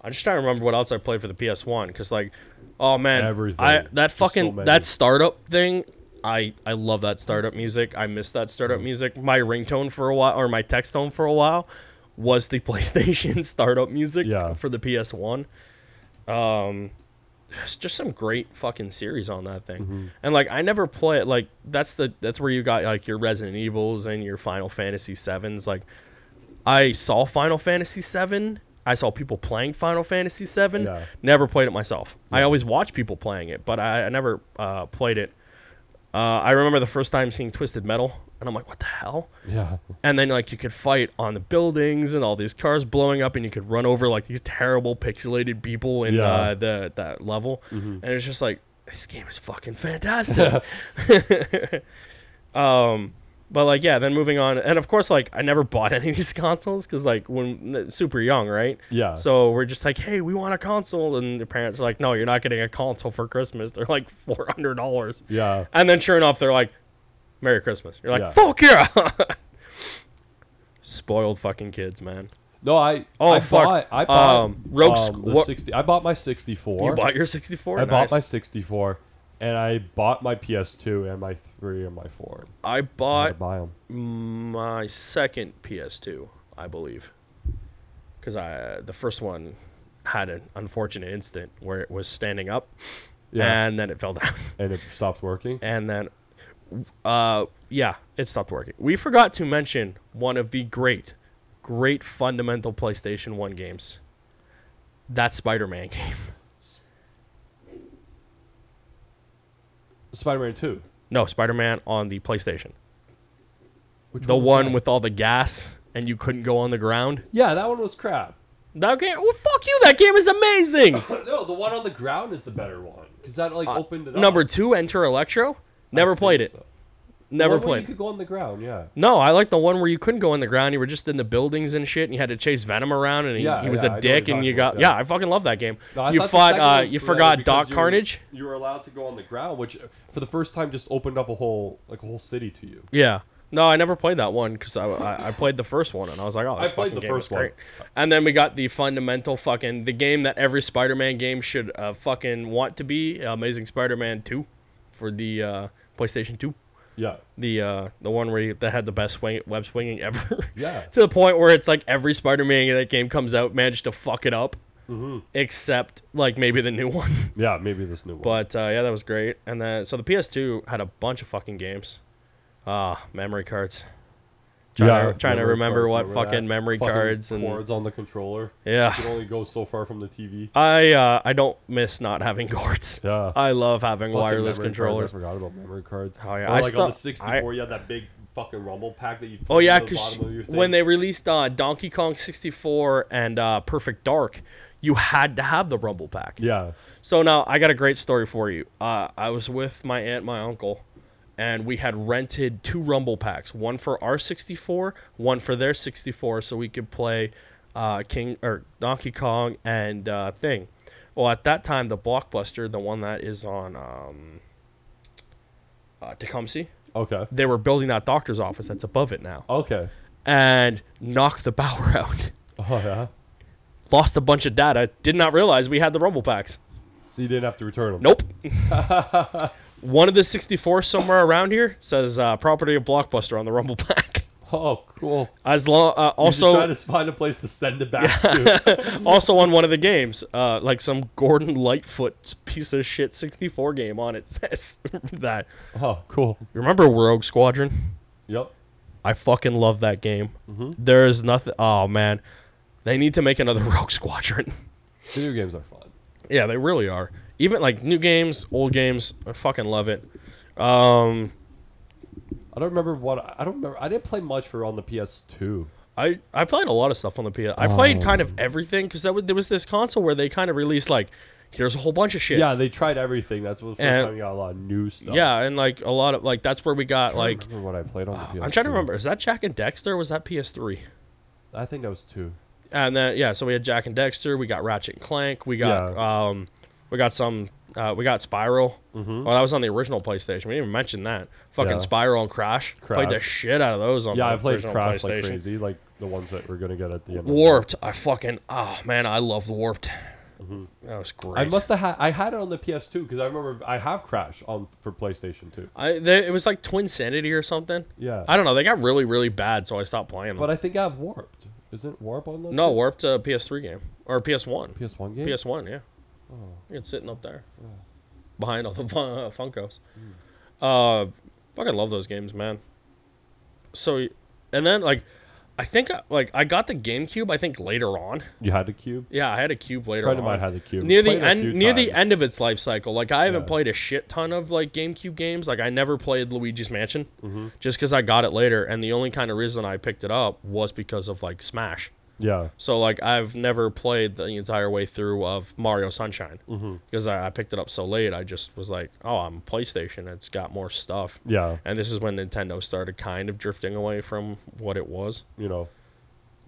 I'm just trying to remember what else I played for the PS1 because like, oh man,
Everything.
I that
Just so
fucking
many.
that startup thing. I, I love that startup music. I miss that
Mm-hmm.
startup music. My ringtone for a while, or my text tone for a while, was the PlayStation startup music
Yeah.
for the PS1. there's just some great fucking series on that thing. And like I never play it like that's the that's where you got like your Resident Evils and your Final Fantasy sevens. Like I saw Final Fantasy seven. I saw people playing Final Fantasy seven.
Yeah.
Never played it myself. I always watch people playing it, but I, I never uh, played it. Uh, I remember the first time seeing Twisted Metal, and I'm like, what the hell?
yeah.
and then like you could fight on the buildings and all these cars blowing up and you could run over like these terrible pixelated people in
Yeah. Mm-hmm.
uh, the that level and it's just like this game is fucking fantastic um but like yeah then moving on and of course like i never bought any of these consoles because like when super young right
Yeah.
so we're just like hey we want a console and the parents are like no you're not getting a console for christmas they're like $400
Yeah.
and then sure enough, they're like, Merry Christmas. You're like,
Yeah.
fuck yeah. Spoiled fucking kids, man.
No, I.
Oh,
I
fuck.
Bought, I bought
Um, Rogue Squ-
the
what-
60, I bought my 64.
You bought your 64?
I bought my
Nice.
64. and I bought my PS2 and my three and my four.
I
I had
bought
to buy them.
my second PS2, I believe, because I the first one had an unfortunate incident where it was standing up,
Yeah,
and then it fell down,
and it stopped working.
and then, uh, yeah, it stopped working. We forgot to mention one of the great, great fundamental PlayStation One games. That Spider-Man game.
Spider-Man Two.
No, Spider-Man on the PlayStation.
Which
The
was
one
that?
with all the gas and you couldn't go on the ground.
Yeah, that one was crap.
That game, well, fuck you. That game is amazing.
No, the one on the ground is the better one because that like opened it up.
Uh, Number two, Enter Electro. Never played it. Never
You
played. it.
could go on the ground. Yeah.
No, I like the one where you couldn't go on the ground. You were just in the buildings and shit, and you had to chase Venom around, and he,
Yeah,
he was
yeah, I know
a
what
dick,
you're
and you
talking about,
got
yeah.
yeah. I fucking love that game.
No, I
you
thought the
fought.
second one
Uh,
was
you
better
forgot
because
Doc
you were-
Carnage.
You were allowed to go on the ground, which uh, for the first time just opened up a whole like a whole city to you.
Yeah. No, I never played that one because I, I, I played the first one and I was like, oh, this
played
fucking
the
game is
first one.
great. And then we got the fundamental fucking the game that every Spider-Man game should uh, fucking want to be, Amazing Spider-Man Two, for the uh, PlayStation Two.
Yeah.
the uh the one where you, that had the best swing, web swinging ever.
Yeah.
to the point where it's like every Spider-Man in that game comes out managed to fuck it up,
Mm-hmm.
except like maybe the new one.
Yeah. Maybe this new one.
But uh, yeah, that was great. And then so the PS2 had a bunch of fucking games. Ah, memory cards. Trying, to, trying to remember
cards,
what
remember
fucking
that?
memory
Fucking
cards and
cords on the controller.
yeah.
You can only go so far from the TV.
I uh, I don't miss not having cords.
Yeah.
I love having
Fucking
wireless
memory cards,
controllers.
I forgot about memory cards.
Oh, yeah,
Or,
I
like on the
still-
64, you had that big fucking rumble pack that you.
Oh
put
yeah,
in the
because
bottom of your thing.
when they released uh, Donkey Kong 64 and uh, Perfect Dark, you had to have the Rumble Pack.
Yeah.
So now I got a great story for you. Uh, I was with my aunt, my uncle, and we had rented two Rumble Packs, one for our 64, one for their 64, so we could play uh, King or Donkey Kong and uh, Thing. Well, at that time, the Blockbuster, the one that is on um, uh, Tecumseh,
Okay.
they were building that doctor's office that's above it now
Okay.
and knocked the power out.
Oh yeah.
Lost a bunch of data. Did not realize we had the rumble packs.
So you didn't have to return them.
Nope. One of the 64 somewhere around here says uh, property of Blockbuster on the rumble pack.
Oh, cool.
As long, uh,
You just try
also,
to find a place to send it back to.
also on one of the games, uh, like some Gordon Lightfoot piece of shit 64 game on it says that.
Oh, cool.
Remember Rogue Squadron?
Yep.
I fucking love that game.
Mm-hmm.
There is nothing. Oh man, they need to make another Rogue Squadron.
Video games are fun.
Yeah, they really are. Even like new games, old games, I fucking love it. Um,
I don't remember what I don't remember. I didn't play much for on the PS2.
I I played a lot of stuff on the PS. I played kind
Oh.
of everything because that was, there was this console where they kind of released like here's a whole bunch of shit.
Yeah, they tried everything. That's what the first
And-
time you got a lot of new stuff.
Yeah, and like a lot of like that's where we got
I
like uh,
don't remember what I played on the PS2.
I'm trying to remember is that Jack and Dexter or was that PS3?
I think that was two.
And then yeah, so we had Jack and Dexter, we got Ratchet and Clank, we got um we got some uh, we got Spiral. Mm-hmm. Oh, that was on the original PlayStation. We didn't even mention that. Fucking
Yeah.
Spiral and Crash. Played the
Crash.
shit out of those on
Yeah,
the
I played
original
Crash like
PlayStation.
crazy, like the ones that we're gonna get at the end. Of
Warped. I fucking oh man, I loved Warped. That was
Mm-hmm. I
great.
must have had I had it on the PS2 because I remember I have Crash on for PlayStation 2.
I they, it was like Twin Sanity or something.
Yeah,
I don't know. They got really really bad, so I stopped playing them.
but I think I have Warped. Isn't Warp on the
no, Warped uh, a PS3 game or PS1.
PS1 game?
PS1, yeah.
Oh.
It's sitting up there behind all the fu- uh, Funkos.
Hmm.
Uh, fucking love those games, man. So, and then like, I think uh, like I got the GameCube. I think later on.
you had the cube.
Yeah, I had a cube later
Friend
on.
of mine had the cube.
near the
Played it a few
end near the
times.
end of its life cycle like i haven't
Yeah.
played a shit ton of like gamecube games like i never played luigi's mansion
Mm-hmm.
just because i got it later and the only kind of reason i picked it up was because of like smash
Yeah,
so like i've never played the entire way through of mario sunshine
Mm-hmm.
because I, I picked it up so late i just was like oh i'm playstation it's got more stuff
yeah.
and this is when nintendo started kind of drifting away from what it was
You know,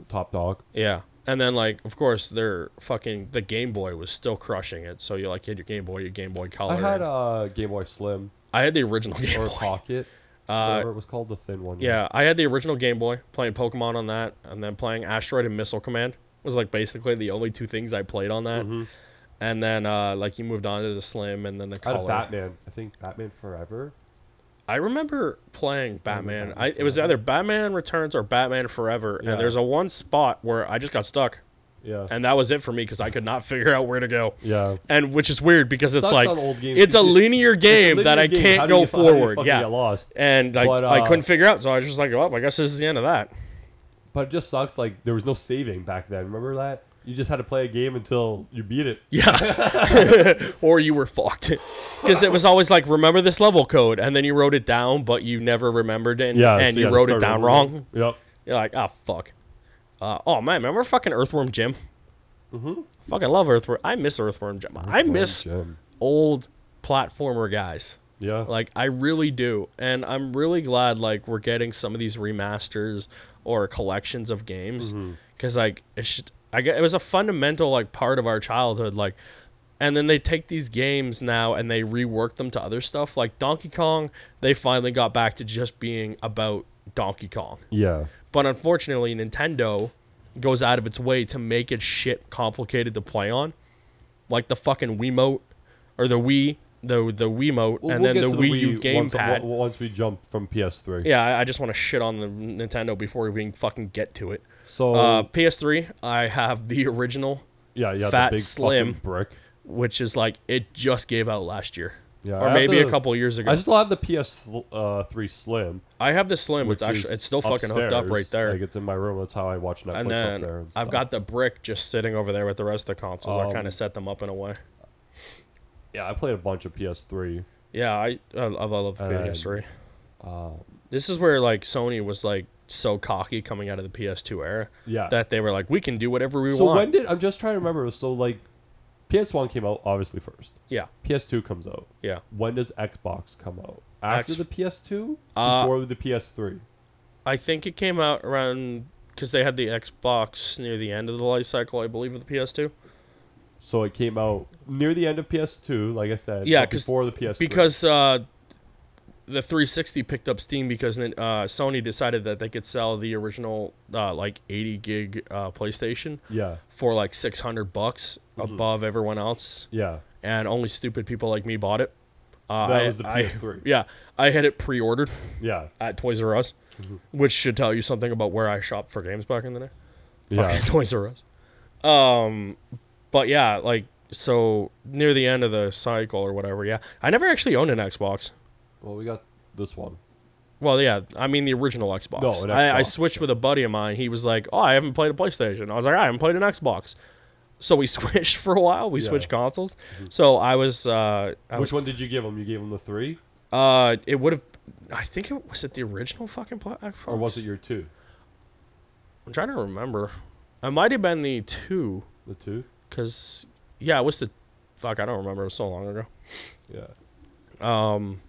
top dog.
yeah. And then like of course their fucking the Game Boy was still crushing it. So you like had your Game Boy, your Game Boy Color.
I had
and-
a Game Boy Slim
I had the original Game
or
Boy.
Pocket.
Uh,
whatever it was called, the thin one.
yeah, I had the original Game Boy playing Pokemon on
Mm-hmm.
that and then playing Asteroid and Missile Command was like basically the only two things I played on that. and then uh, like he moved on to the slim, and then the
Out of
color.
Batman, I think Batman Forever.
I remember playing Batman.
Batman
I, it was
Forever.
either Batman Returns or Batman Forever,
Yeah.
and there's a one spot where I just got stuck,
Yeah,
and that was it for me because I could not figure out where to go.
yeah.
And which is weird because it's
Sucks
like
on old games,
it's a
dude.
linear game
It's a
that I
linear game. How
can't
do
go
you fu- how do you
forward.
fucking
Yeah,
Get lost.
and I,
But,
I
uh,
couldn't figure out, so I was just like, well, I guess this is the end of that.
But it just sucks. Like there was no saving back then. Remember that? You just had to play a game until you beat it.
Yeah, or you were fucked because it was always like, remember this level code, and then you wrote it down, but you never remembered it, and,
so
and you
gotta
wrote it
start
down
over.
wrong.
Yep.
You're like, oh fuck. Uh, oh man, remember fucking Earthworm Jim? Mm-hmm. Fucking love Earthworm. I miss Earthworm Jim. I miss
Jim.
old platformer guys.
Yeah.
Like I really do, and I'm really glad like we're getting some of these remasters or collections of games because like it should, I gue- it was a fundamental like part of our childhood like, and then they take these games now and they rework them to other stuff like Donkey Kong. They finally got back to just being about Donkey Kong.
yeah.
But unfortunately, Nintendo goes out of its way to make it shit complicated to play on, like the fucking Wiimote or the Wii, the the Wiimote,
We'll-
and then
we'll get
the
to
Wii U
once-
gamepad.
Once, once we jump from PS3.
yeah, I, I just want to shit on the Nintendo before we can fucking get to it.
So
Uh, PS3, I have the original,
yeah, yeah.
Fat
the big
Slim.
fucking brick.
which is like it just gave out last year,
Yeah, I
or
have
maybe a
the-
couple years ago.
I still have the PS3 uh, three Slim.
I have the Slim.
Which
It's actually
is
it's still fucking hooked up
upstairs.
right there.
Like it's in my room. That's how I watch Netflix
and
up there.
then
and
I've
stuff.
got the brick just sitting over there with the rest of the consoles. I
Um,
kind of set them up in a way.
yeah. I played a bunch of PS3.
Yeah, I I, I love
Uh,
PS3.
um,
this is where like Sony was like so cocky coming out of the PS2 era
Yeah.
that they were like, we can do whatever we
so
want.
when did I'm just trying to remember? So like, PS1 came out obviously first.
yeah,
PS2 comes out.
yeah.
When does Xbox come out? After
X-
the PS2?
Uh,
Before the PS3?
I think it came out around because they had the Xbox near the end of the life cycle, I believe, of the PS2.
So it came out near the end of PS2, like I said.
Yeah,
but
'cause-
before the PS3.
Because uh, the 360 picked up Steam because then uh, Sony decided that they could sell the original uh, like 80 gig uh, PlayStation
yeah,
for like 600 bucks
Mm-hmm.
above everyone else.
yeah,
and only stupid people like me bought it. Uh,
That
I-
was the
I-
PS3.
yeah, I had it pre-ordered
yeah,
at Toys R Us,
Mm-hmm.
which should tell you something about where I shopped for games back in the day.
yeah.
Fucking Toys R Us. Um, but yeah, like so near the end of the cycle or whatever. Yeah, I never actually owned an Xbox.
Well, we got this one.
Well, yeah, I mean the original Xbox.
No, an
I, I
Xbox,
switched with a buddy of mine. He was like, "Oh, I haven't played a PlayStation." I was like, "I haven't played an Xbox." So we switched for a while. We
Yeah. Mm-hmm.
switched consoles. So I was, uh, I was
Which one did you give him? You gave him the three,
Uh, it would have. I think it was it the original fucking Black Xbox.
or was it your two?
I'm trying to remember. It might have been the two,
The two?
cause yeah, it was the. Fuck, I don't remember. It was so long ago.
Yeah.
Um,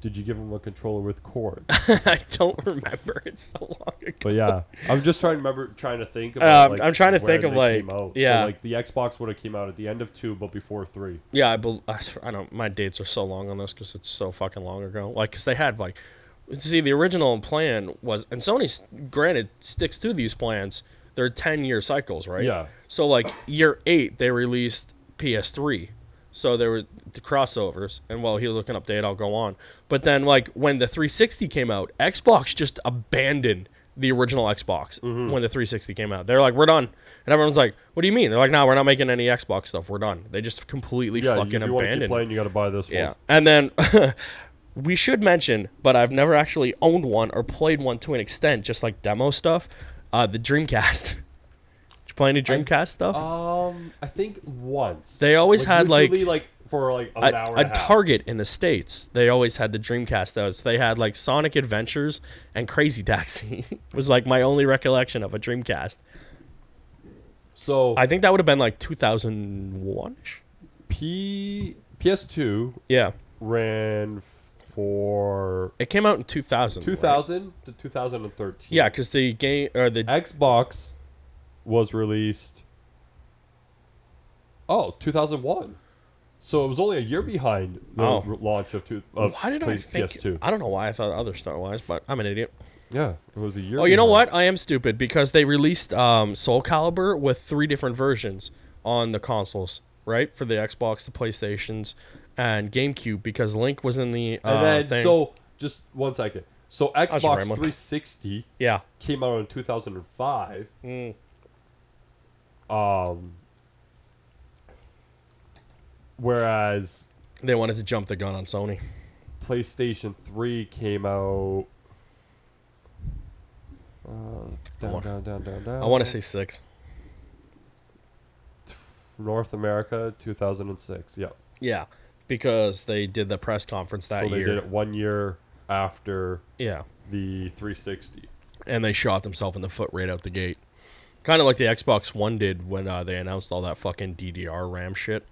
Did you give him a controller with cord?
I don't remember. It's so long ago.
But yeah, I'm just trying to remember, trying to think. About,
Um,
like,
I'm trying to
where
think of,
they came
like,
out.
yeah.
so, like the Xbox would have came out at the end of two, but before three.
Yeah, I, bel I, I don't. My dates are so long on this because it's so fucking long ago. Like, cause they had like, see, the original plan was, and Sony, s- granted, sticks to these plans. They're ten year cycles, right?
Yeah.
So like year eight, they released PS3. So there were the crossovers, and while he was looking up date, I'll go on. But then like when the 360 came out, Xbox just abandoned the original Xbox
Mm-hmm.
when the 360 came out. They're like, we're done, and everyone's like, what do you mean? They're like, no, we're not making any Xbox stuff. We're done. They just completely
Yeah,
fucking
you, if you want to keep
abandoned. it.
playing, you got to buy this one.
Yeah, and then. We should mention, but I've never actually owned one or played one to an extent, just like demo stuff. Uh, the Dreamcast. Did you play any Dreamcast stuff?
Um, I think once
They always had, like-
literally, like for like an
a,
hour.
a
and a half.
Target in the states. They always had the Dreamcast though. So they had like Sonic Adventures and Crazy Taxi was like my only recollection of a Dreamcast.
So
I think that would have been like 2001.
P PS2
Yeah,
ran for
it came out in 2000. right?
2000 to 2013.
Yeah, because the game or the
Xbox was released. Oh, 2001. So it was only a year behind the
Oh.
r- launch of, two, of
why did I
please,
think
PS2.
I don't know why I thought other Star Wars, but I'm an idiot.
yeah, it was a year.
Oh, you know
behind.
what? I am stupid because they released um, Soul Calibur with three different versions on the consoles. right, for the Xbox, the PlayStations, and GameCube because Link was in the uh,
And then
thing.
so just one second. So Xbox
rambling.
360
yeah,
came out in 2005.
Mm.
Um, whereas
they wanted to jump the gun on Sony.
PlayStation 3 came out. Uh, down,
wanna-
down, down, down, down.
I want to say six.
North America 2006. Yeah.
Yeah, because they did the press conference that
so they
year.
did it one year after
Yeah,
the 360.
and they shot themselves in the foot right out the gate. Kind of like the Xbox One did when uh, they announced all that fucking DDR RAM shit.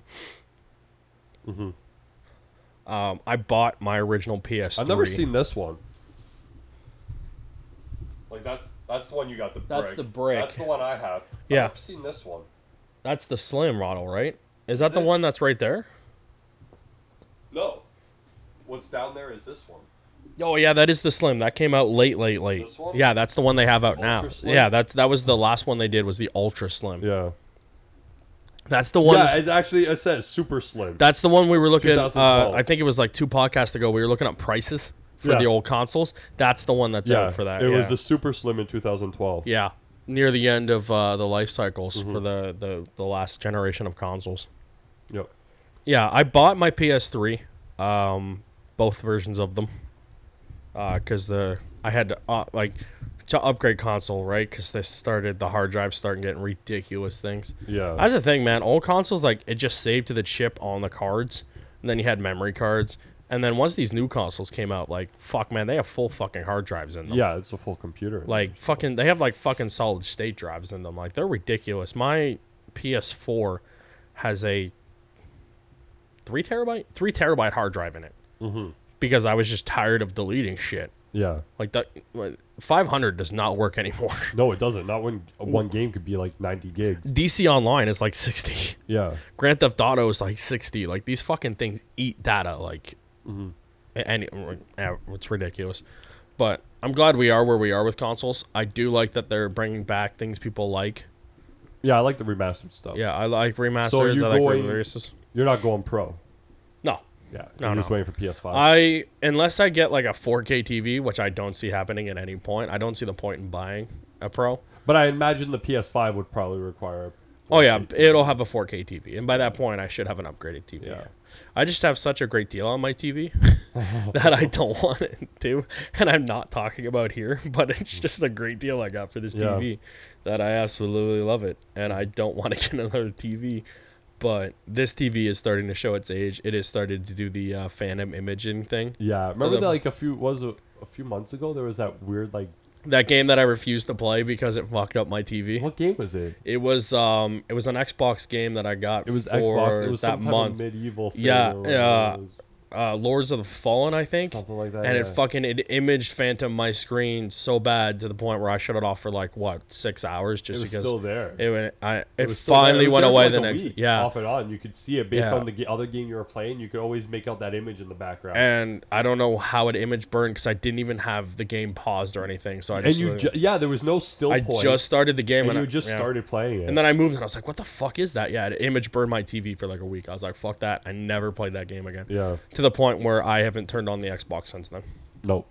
Mhm.
Um, I bought my original PS3.
I've never seen this one. Like that's that's the one you got the brick.
That's the brick.
That's the one I have.
Yeah.
I've never seen this one.
That's the Slim model, right? Is that the
it?
one that's right there?
No. What's down there is this one.
Oh yeah, that is the Slim. That came out late, late, late.
This one?
Yeah, that's the one they have out now.
Ultra Slim?
Yeah, that's that was the last one they did was the Ultra Slim.
Yeah.
That's the one.
yeah, it actually it says super slim.
That's the one we were looking. Uh,
2012.
I think it was like two podcasts ago. We were looking up prices for
Yeah.
the old consoles. That's the one that's
yeah,
out for that.
It
yeah.
was the super slim in 2012.
yeah near the end of uh, the life cycles
Mm-hmm.
for the, the the last generation of consoles.
Yep.
Yeah, I bought my PS3, um, both versions of them, because the I had to uh, like to upgrade console right because they started the hard drive starting getting ridiculous things.
Yeah.
That's the thing, man. Old consoles like it just saved to the chip on the cards, and then you had memory cards, and then once these new consoles came out, like fuck, man, they have full fucking hard drives in them.
yeah, it's a full computer.
Like fucking, they have like fucking solid state drives in them. Like they're ridiculous. My PS4 has a three terabyte, three terabyte hard drive in it
Mhm.
because I was just tired of deleting shit.
yeah.
Like that, five hundred does not work anymore.
No, it doesn't. Not when one game could be like 90 gigs.
DC Online is like sixty.
Yeah.
Grand Theft Auto is like sixty. Like these fucking things eat data. Like,
Mm-hmm.
and it's ridiculous. But I'm glad we are where we are with consoles. I do like that they're bringing back things people like.
Yeah, I like the remastered stuff.
Yeah, I like remasters.
So are you
I like
going-
re-releases.
You're not going pro.
No,
Yeah.
No,
you're just
no.
waiting for PS5.
I unless I get like a 4K TV, which I don't see happening at any point. I don't see the point in buying a Pro.
but I imagine the PS5 would probably require.
Oh yeah, it'll have a 4K TV, and by that point, I should have an upgraded TV.
Yeah.
I just have such a great deal on my TV that I don't want it to, and I'm not talking about here, but it's just a great deal I got for this
Mm. Yeah.
TV that I absolutely love it, and I don't want to get another TV. But this TV is starting to show its age. It has started to do the uh, phantom imaging thing.
Yeah. Remember
the-
that like a few was a, a few months ago there was that weird like
That game that I refused to play because it fucked up my TV.
what game was it?
It was um, it was an Xbox game that I got.
It was
for
Xbox. It was
that
some type
month.
of medieval. Thing
Yeah,
or
yeah.
it was
uh, Lords of the Fallen, I think.
something like that.
and
yeah.
it fucking it imaged Phantom my screen so bad to the point where I shut it off for like what six hours
It
just
was
because
still there.
it went. I it,
was still there.
finally
It was
went
there for,
away
like,
the
a
next
week,
yeah.
off and on. You could see it based
Yeah.
on the g- other game you were playing. You could always make out that image in the background.
And I don't know how it image burned because I didn't even have the game paused or anything. So I
And
just
you, ju- yeah, there was no still
I
point.
just started the game
and
and
you
I,
just
yeah.
started playing it.
And then I moved and I was like, what the fuck is that? Yeah, it image burned my TV for like a week. I was like, fuck that. I never played that game again.
yeah,
To the point where I haven't turned on the Xbox since then.
no,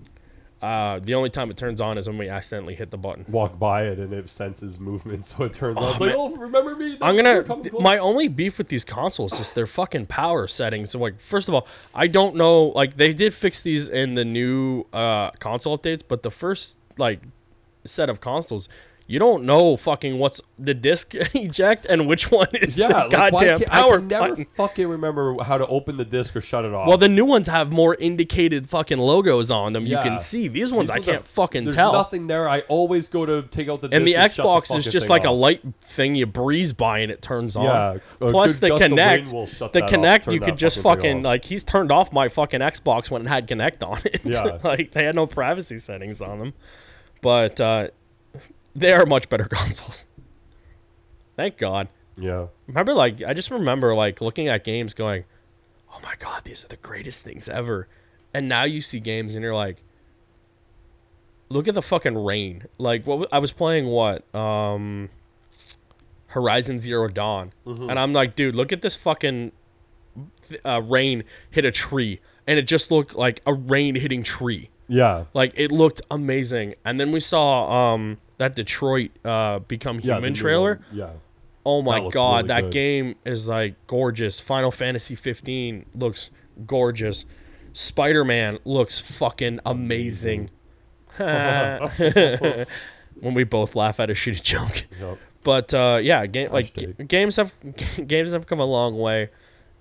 Uh, the only time it turns on is when we accidentally hit the button.
walk by it and it senses movement, so it turns
Oh,
out. It's like,
man.
oh, remember me?
I'm
You're
gonna.
coming
th-
close."
My only beef with these consoles is their fucking power settings. So like, first of all, I don't know. Like, they did fix these in the new uh, console updates, but the first like set of consoles, you don't know fucking what's the disc eject and which one is
yeah,
the
like, why
goddamn
can't- I
power
can never
button.
fucking remember how to open the disc or shut it off.
Well, the new ones have more indicated fucking logos on them. You
Yeah.
can see these ones. I
These ones
can't
are-
fucking
there's
tell.
nothing there. I always go to take out the
And the
disc shut
Xbox is
fucking
just
thing
like a
off.
light thing you breeze by and it turns on.
Yeah, a
Plus
good
the
gust of
Connect,
wind will shut
the
that off,
Connect
turn
you
that
could just
fucking thing
fucking
off.
like he's turned off my fucking Xbox when it had Connect on it.
Yeah.
like they had no privacy settings on them. But uh, they are much better consoles. Thank God.
Yeah.
Remember, like I just remember like looking at games going, "Oh my God, these are the greatest things ever," and now you see games and you're like, "Look at the fucking rain!" Like what wa- I was playing, what um, Horizon Zero Dawn,
Mhm.
and I'm like, dude, look at this fucking th- uh, rain hit a tree, and it just looked like a rain hitting tree.
Yeah.
Like it looked amazing. And then we saw um that Detroit uh Become
Yeah. the
Human
new
trailer.
one. Yeah.
Oh my
That looks
god,
really
that
good.
game is like gorgeous. Final Fantasy 15 looks gorgeous. Spider-Man looks fucking amazing. when we both laugh at a shitty joke.
Yep.
But uh, yeah, game like g-
Hashtag.
games have games have come a long way,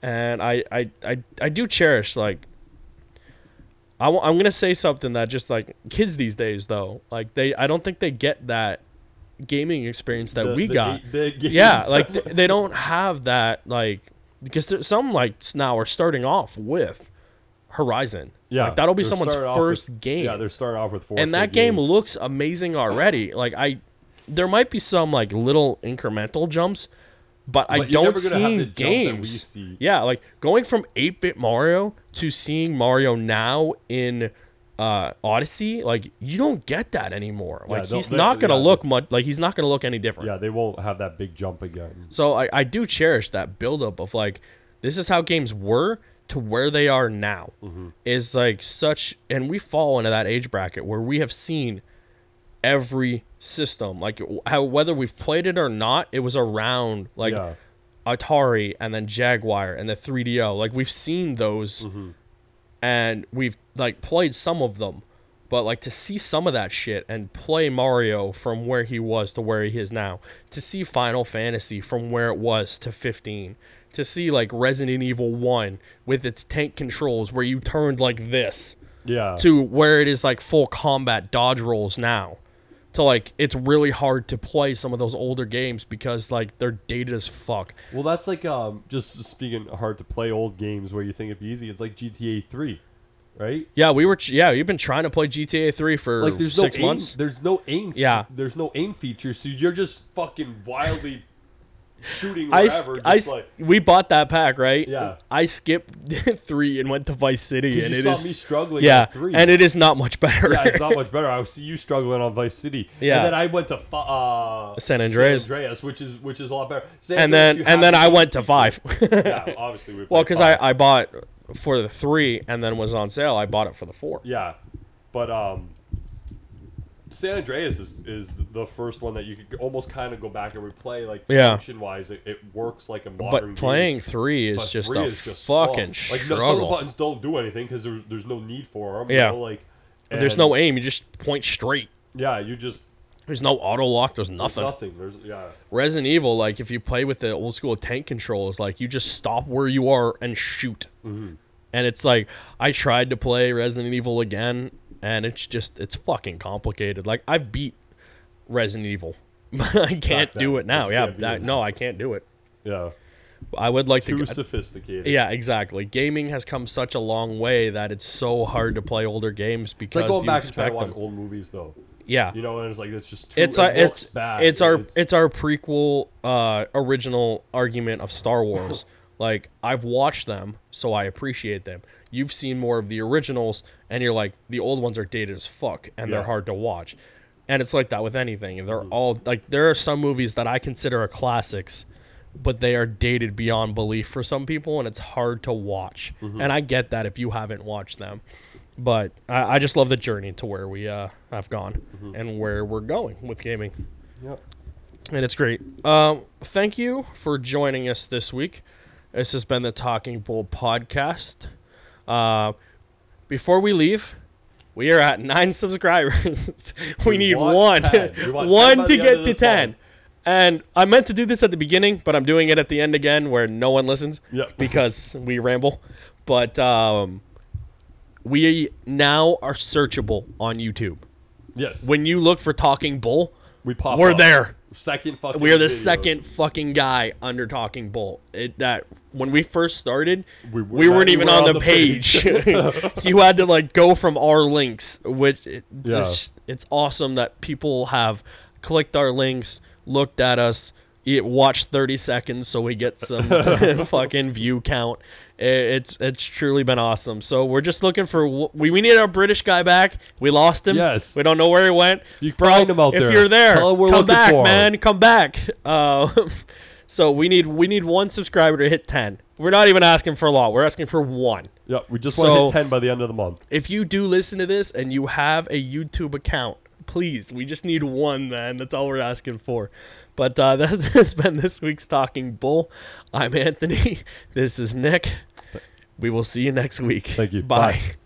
and I I, I, I do cherish like. I w- I'm gonna say something that just like kids these days though like they I don't think they get that gaming experience that
The-
we
the
got
ga- the games.
yeah like th- they don't have that like because there, some like s- now are starting off with Horizon
yeah.
like, that'll be
they're
someone's
starting off
first
with-
game
Yeah. They're starting off with four.
and that game looks amazing already. Like I, there might be some like little incremental jumps, but, I
But you're
don't
never gonna have
see
the jump that we
games.
see.
Yeah, like going from eight bit Mario to seeing Mario now in uh Odyssey, like you don't get that anymore. Like
they'll-
he's
they-
not gonna
yeah.
look much. Like he's not gonna look any different.
Yeah. They won't have that big jump again.
So I, I do cherish that buildup of like, this is how games were to where they are now. Is like such, and we fall into that age bracket where we have seen every system, like how whether we've played it or not, it was around like
Yeah.
Atari and then Jaguar and the 3DO. Like we've seen those, and we've like played some of them. But like to see some of that shit and play Mario from where he was to where he is now, to see Final Fantasy from where it was to 15, to see like Resident Evil 1 with its tank controls where you turned like this
Yeah.
to where it is like full combat dodge rolls now to like it's really hard to play some of those older games because like they're dated as fuck.
Well, that's like um, just speaking hard to play old games where you think it'd be easy. It's like GTA Three, right?
Yeah, we were. Yeah, you've been trying to play GTA three for
Like there's
six
no aim,
months.
There's no aim. fe-
Yeah.
There's no aim feature, so you're just fucking wildly shooting
I, s-
wherever.
I
just
s-
like,
we bought that pack right.
Yeah.
I skipped three and went to Vice City,
'Cause
and
you
it
saw
is
me struggling
Yeah,
with three.
and it is not much better.
yeah, it's not much better. I see you struggling on Vice City.
Yeah.
And then I went to fu- uh,
San Andreas.
Andreas, which is which is a lot better. San
and
Andreas,
then
you
and
have
then I
to-
went to five.
Yeah, obviously we.
well,
played
because
five.
I I bought for the three and then was on sale. I bought it for the four.
Yeah, but um, San Andreas is, is the first one that you could almost kind of go back and replay. Like
Yeah.
function wise, it, it works like a modern.
But playing three is
game, but
just
three
a
is just
fucking
slow. Like no,
struggle.
some of the buttons don't do anything because there's there's no need for them.
Yeah.
like
There's
and-
no aim. You just point straight.
Yeah, you just
There's no auto lock. There's nothing.
nothing. There's yeah.
Resident Evil, like if you play with the old school tank controls, like you just stop where you are and shoot.
Mm-hmm.
And it's like I tried to play Resident Evil again, and it's just it's fucking complicated. Like I beat Resident Evil, but I can't
that.
do it now.
You
Yeah,
can't do
that,
it.
no, I can't do it.
Yeah,
I would like
too
to. g-
sophisticated.
Yeah, exactly. Gaming has come such a long way that it's so hard to play older games
it's
because
like going
you
back and trying
expect
to watch
them.
old movies though.
yeah,
You know, and it's like it's just too,
it's
it
our
looks
it's,
bad.
it's our it's, our prequel uh original argument of Star Wars. like I've watched them, so I appreciate them. You've seen more of the originals, and you're like the old ones are dated as fuck, and they're
Yeah.
hard to watch. And it's like that with anything. They're all like there are some movies that I consider are classics, but they are dated beyond belief for some people, and it's hard to watch. And I get that if you haven't watched them but I, I just love the journey to where we uh, have gone and where we're going with gaming,
Yep.
and it's great. Um, thank you for joining us this week. This has been the Talking Bull podcast. Uh, before we leave, we are at nine subscribers. we,
We
need
want
one,
10. We want 10 by
one
the
to
end
get
of
to
this month.
ten. And I meant to do this at the beginning, but I'm doing it at the end again, where no one listens
Yep.
because we ramble. But um, we now are searchable on YouTube.
yes.
When you look for Talking Bull,
we pop,
we're
up.
there.
Second fucking.
We are the
video.
second fucking guy under Talking Bull. It, that when we first started,
We
we,
were not-
weren't
we
even
were
on, the, page. you had to like go from our links, which it, it's
Yeah.
just- it's awesome that people have clicked our links, looked at us, you watch 30 seconds so we get some fucking view count. I- It's it's truly been awesome. So we're just looking for wh- we we need our British guy back. We lost him.
Yes.
We don't know where he went.
You find him out
if
there.
you're there,
Tell him we're
come
looking
back,
for him.
man. Come back. Uh, so we need we need one subscriber to hit 10. We're not even asking for a lot. We're asking for one
Yeah, we just want to
So-
hit ten by the end of the month.
if you do listen to this and you have a YouTube account, please, we just need one then. That's all we're asking for. But uh, that has been this week's Talking Bull. I'm Anthony. This is Nick. We will see you next week.
Thank you.
Bye.
Bye.